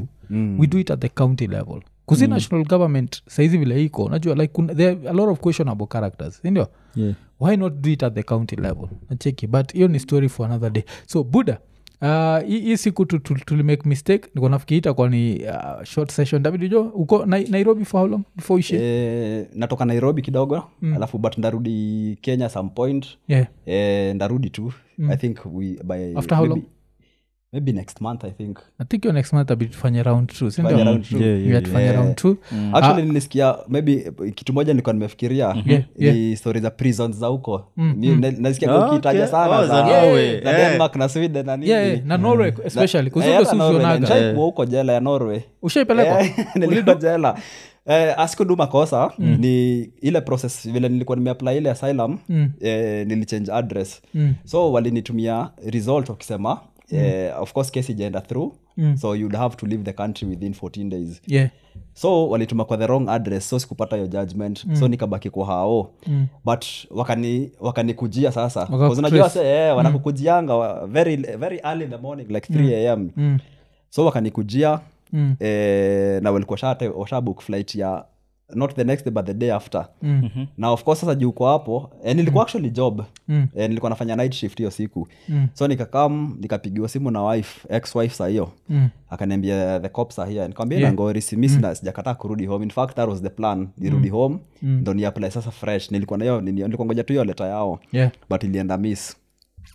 we do it at the county level kusi national government saizi vile iko najua like kuna, there are a lot of questionable characters sindio Yeah. why not do it at the county level nacheki but hiyo ni story for another day so buda uh, hii hii siku tu- tu- tulimake mistake nikonafikiita kwa ni uh, short session davidujo uko Nai- nairobi for how long before ishe yeah. eh, natoka nairobi kidogo Mm. alafu but ndarudi kenya some point yeah. eh, ndarudi tu i think we, by Mm. After how maybe, long? maybe next month i think I think your next month abidi tufanye round two Fanya round two. Yeah, yeah, sindotufanye yeah. round two Mm. Ah, actually nilisikia maybe eh, kitu moja nilikuwa nimefikiria Mm-hmm. Yeah, Mm, ni story za prisons za huko Ni- na- nasikia Ah, ukitaja okay. sana Oh, za, za Norway. za Eh. Denmark na sweden na nini Yeah, yeah, na norway especially Eh, hata Norway, kususionaga nilishai kuwa huko jela ya norway ushaipelekwa Eh, nilikuwa jela eh, asikudu makosa ni ile process vile nilikuwa nimeapply ile asylum eh, nilichange address so walinitumia result wakisema eh, of course case ijaenda through so you'd have to leave the country within 14 days yeah. so walituma kwa the wrong address so sikupata hiyo judgment so nikabaki kwa hao but wakani wakanikujia sasa Because unajua kutrace. se eh, wanakukujianga wa- very, very early in the morning like 3 am so wakanikujia mm. eh, na walikuwa shate- washabook flight ya not the next day but the day after mm-hmm. na of course sasa juu uko hapo eh, nilikuwa actually job mm. eh, nilikuwa nafanya night shift hiyo siku mm. so nikakam nikapigiwa simu na wife ex wife saa hiyo mm. akaniambia the cops are here nikamwambia yeah. ngori simi sina sijakataa kurudi home in fact that was the plan nirudi home mm. ndo niapply sasa fresh nilikuwa na hiyo nini- nilikuwa ngoja tu hiyo leta yao Yeah. but ilienda miss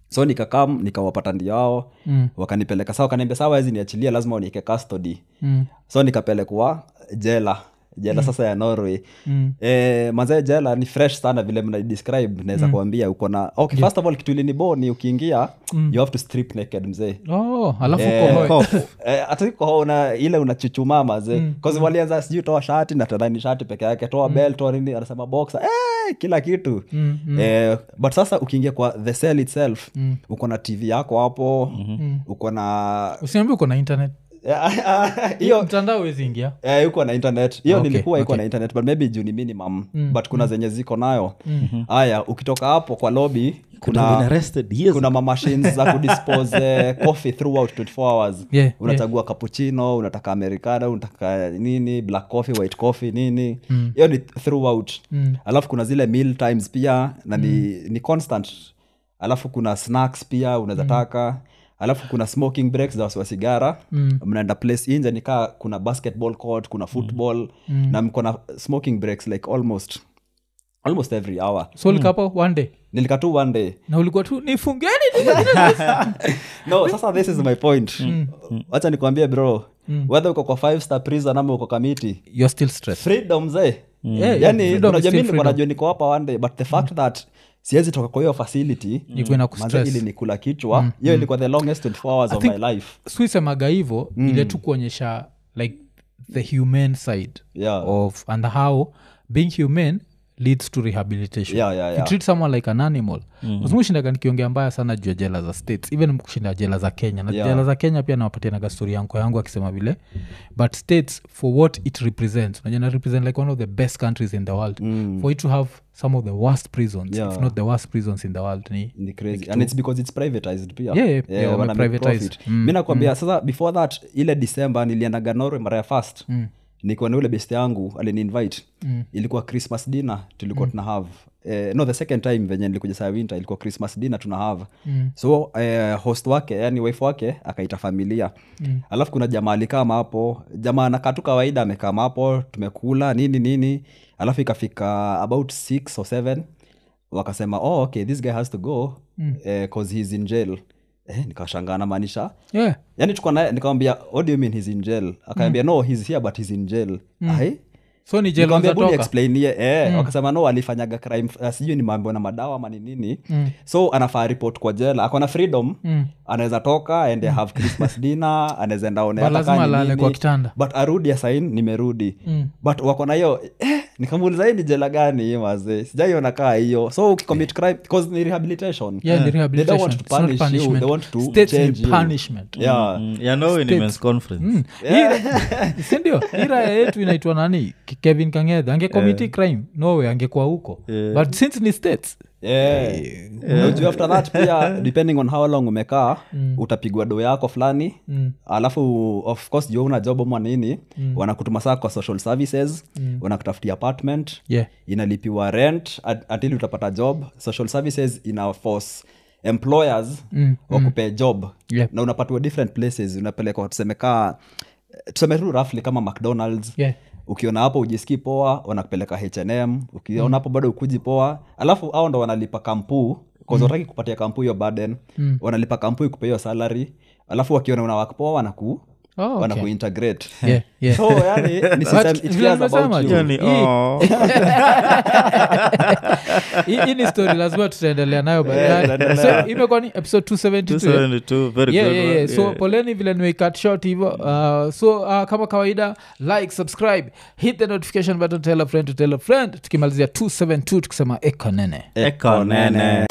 so nikakam nikawapata ndio wao mm. wakanipeleka saa wakaniambia saa waezi niachilia lazima unieke custody mm. so nikapelekwa jela jela sasa ya norway mm. e, mazee jela ni fresh sana vile mnadescribe naweza mm. kuambia uko na okay, first of all kitu iliniboo ni ukiingia mm. you have to strip naked mzee oh, alafu Eh, uko hoi. Cough. Eh, hata siko ho- una ile unachuchumaa mazee mm. walianza sijui toa shati na tadhani shati peke yake toa mm. bel toa nini anasema boxa eh, kila kitu mm, mm. Eh, but sasa ukiingia kwa the cell itself mm. uko na tv yako hapo Mhm. mm-hmm. uko na usiambi uko na internet hiyo mtandao wezi ingia Eh, iko na internet hiyo Okay, nilikuwa iko okay. na internet but maybe juu ni minimum but kuna zenye ziko nayo haya ukitoka hapo kwa lobby Mhm. Kuna kuna been arrested years kuna mamashins za kudispose eh, coffee throughout 24 hours Yeah, unachagua cappuccino unataka americano unataka nini black coffee white coffee nini Mm. hiyo ni throughout alafu kuna zile meal times pia na ni, Mm. ni constant alafu kuna snacks pia unaweza taka alafu kuna smoking breaks za wasiwa sigara Mm. mnaenda place inje nikaa kuna basketball court kuna football Mm. na mko na smoking breaks like almost almost every hour so likapo one day nilikatu one day na ulikuwa tu nifungeni no sasa this is my point Mm. wacha nikuambie bro whether uko kwa five star prison ama uko kamiti you're still stressed freedom ze Yeah, yeah, yani freedom is unajua still mi nilikuwa freedom. Mm. najua niko hapa one day but the fact that siwezi toka kwa hiyo facility Ikuwe na manze kustress. ili ni kula kichwa hiyo ilikuwa the longest 24 hours of Mm. think- my life suisemaga hivo Mm. ile tu kuonyesha like the humane side Yeah. of and how being humane leads to rehabilitation Yeah, yeah, If you yeah. treat someone like an animal mm-hmm. shindaga nikiongea mbaya sana juu ya jela za states even kushinda jela za kenya na Yeah. jela za kenya pia nawapatianaga stori yanko yangu akisema vile but states for what it represents unajua ina represent like one of the best countries in the world mm. for it to have some of the worst prisons Yeah. if not the worst prisons in the world ni ni crazy and it's because it's privatized pia Yeah, yeah, yeah, wana make wameprivatize. profit. mi nakwambia sasa before that ile december niliendaga norwe mara ya fast mm. nikiwa na ule best yangu aliniinvite mm. ilikuwa christmas dinner tulikuwa tuna have Eh, no the second time venye nilikuja saa winter ilikuwa christmas dinner tuna have mm. so eh, host wake yani wife wake akaita familia mm. alafu kuna jamaa alikama hapo jamaa anakaa tu kawaida amekama hapo tumekula nini nini alafu ikafika about six or seven wakasema oh, okay this guy has to go because he's in jail eh, nikashangaa namaanisha yeah. yani tuko naye nikamwambia what do you mean he's in jail akaambia no he's here but he's in jail mm. so ni jela nikamwambia "Hebu zatoka niexplainie." Mm. eh, wakasema no alifanyaga crime eh, sijui ni mambo na madawa ama ni nini mm. so anafaa report kwa jela akona freedom mm. anaweza toka aende have christmas dinner anaweza enda one But hata Mm. lazima kaa ni alale nini. kwa kitanda. but arudi asain nimerudi mm. but wako na hiyo eh, nikamuuliza hii ni jela gani hii mazee sijaiona kaa hiyo so ukicommit crime because ni rehabilitation Yeah, the They don't want rehabilitation. to It's not punish you, punishment. they want to States ni change you. punishment. yeah Mm, ya Norway ni men's conference Hmm. Mm. Hii- sindio hii raya yetu inaitwa nani Ke- kevin kangedha angekomiti crime nowe angekuwa huko but since ni states yeah. Na ujue Eh. after that pia depending on how long umekaa utapigwa do yako fulani alafu of course jua una job ama nini wanakutuma saa kwa social services wanakutafutia apartment Yeah. inalipiwa rent at- until utapata job social services ina force employers mm. wakupee job Yeah. na unapatiwa different places unapelekwa tuseme kaa tuseme tu roughly kama mcdonalds Yeah. ukiona hapo ujiski poa wanakupeleka hnm ukiona Mm. hapo bado ukuji poa alafu au ndo wanalipa kampuu Mm. wataki kupatia kampuu hiyo burden wanalipa kampuu ikupe hiyo salary alafu wakiona una work poa wanaku Oh, okay. wanakuintegrate Yeah, yeah. so yani ni system, But it vile cares nimesema, about you. John, Yani, Hii- oh. hii hii ni story lazima tutaendelea nayo baadaye so imekuwa ni episode 272 eh? 272, very Yeah, good yeah, one, yeah. so yeah. poleni vile nimeicut short hivo uh, so uh, kama kawaida like subscribe hit the notification button tell a friend to tell a friend tukimalizia 272 tukisema ekanene Eko nene.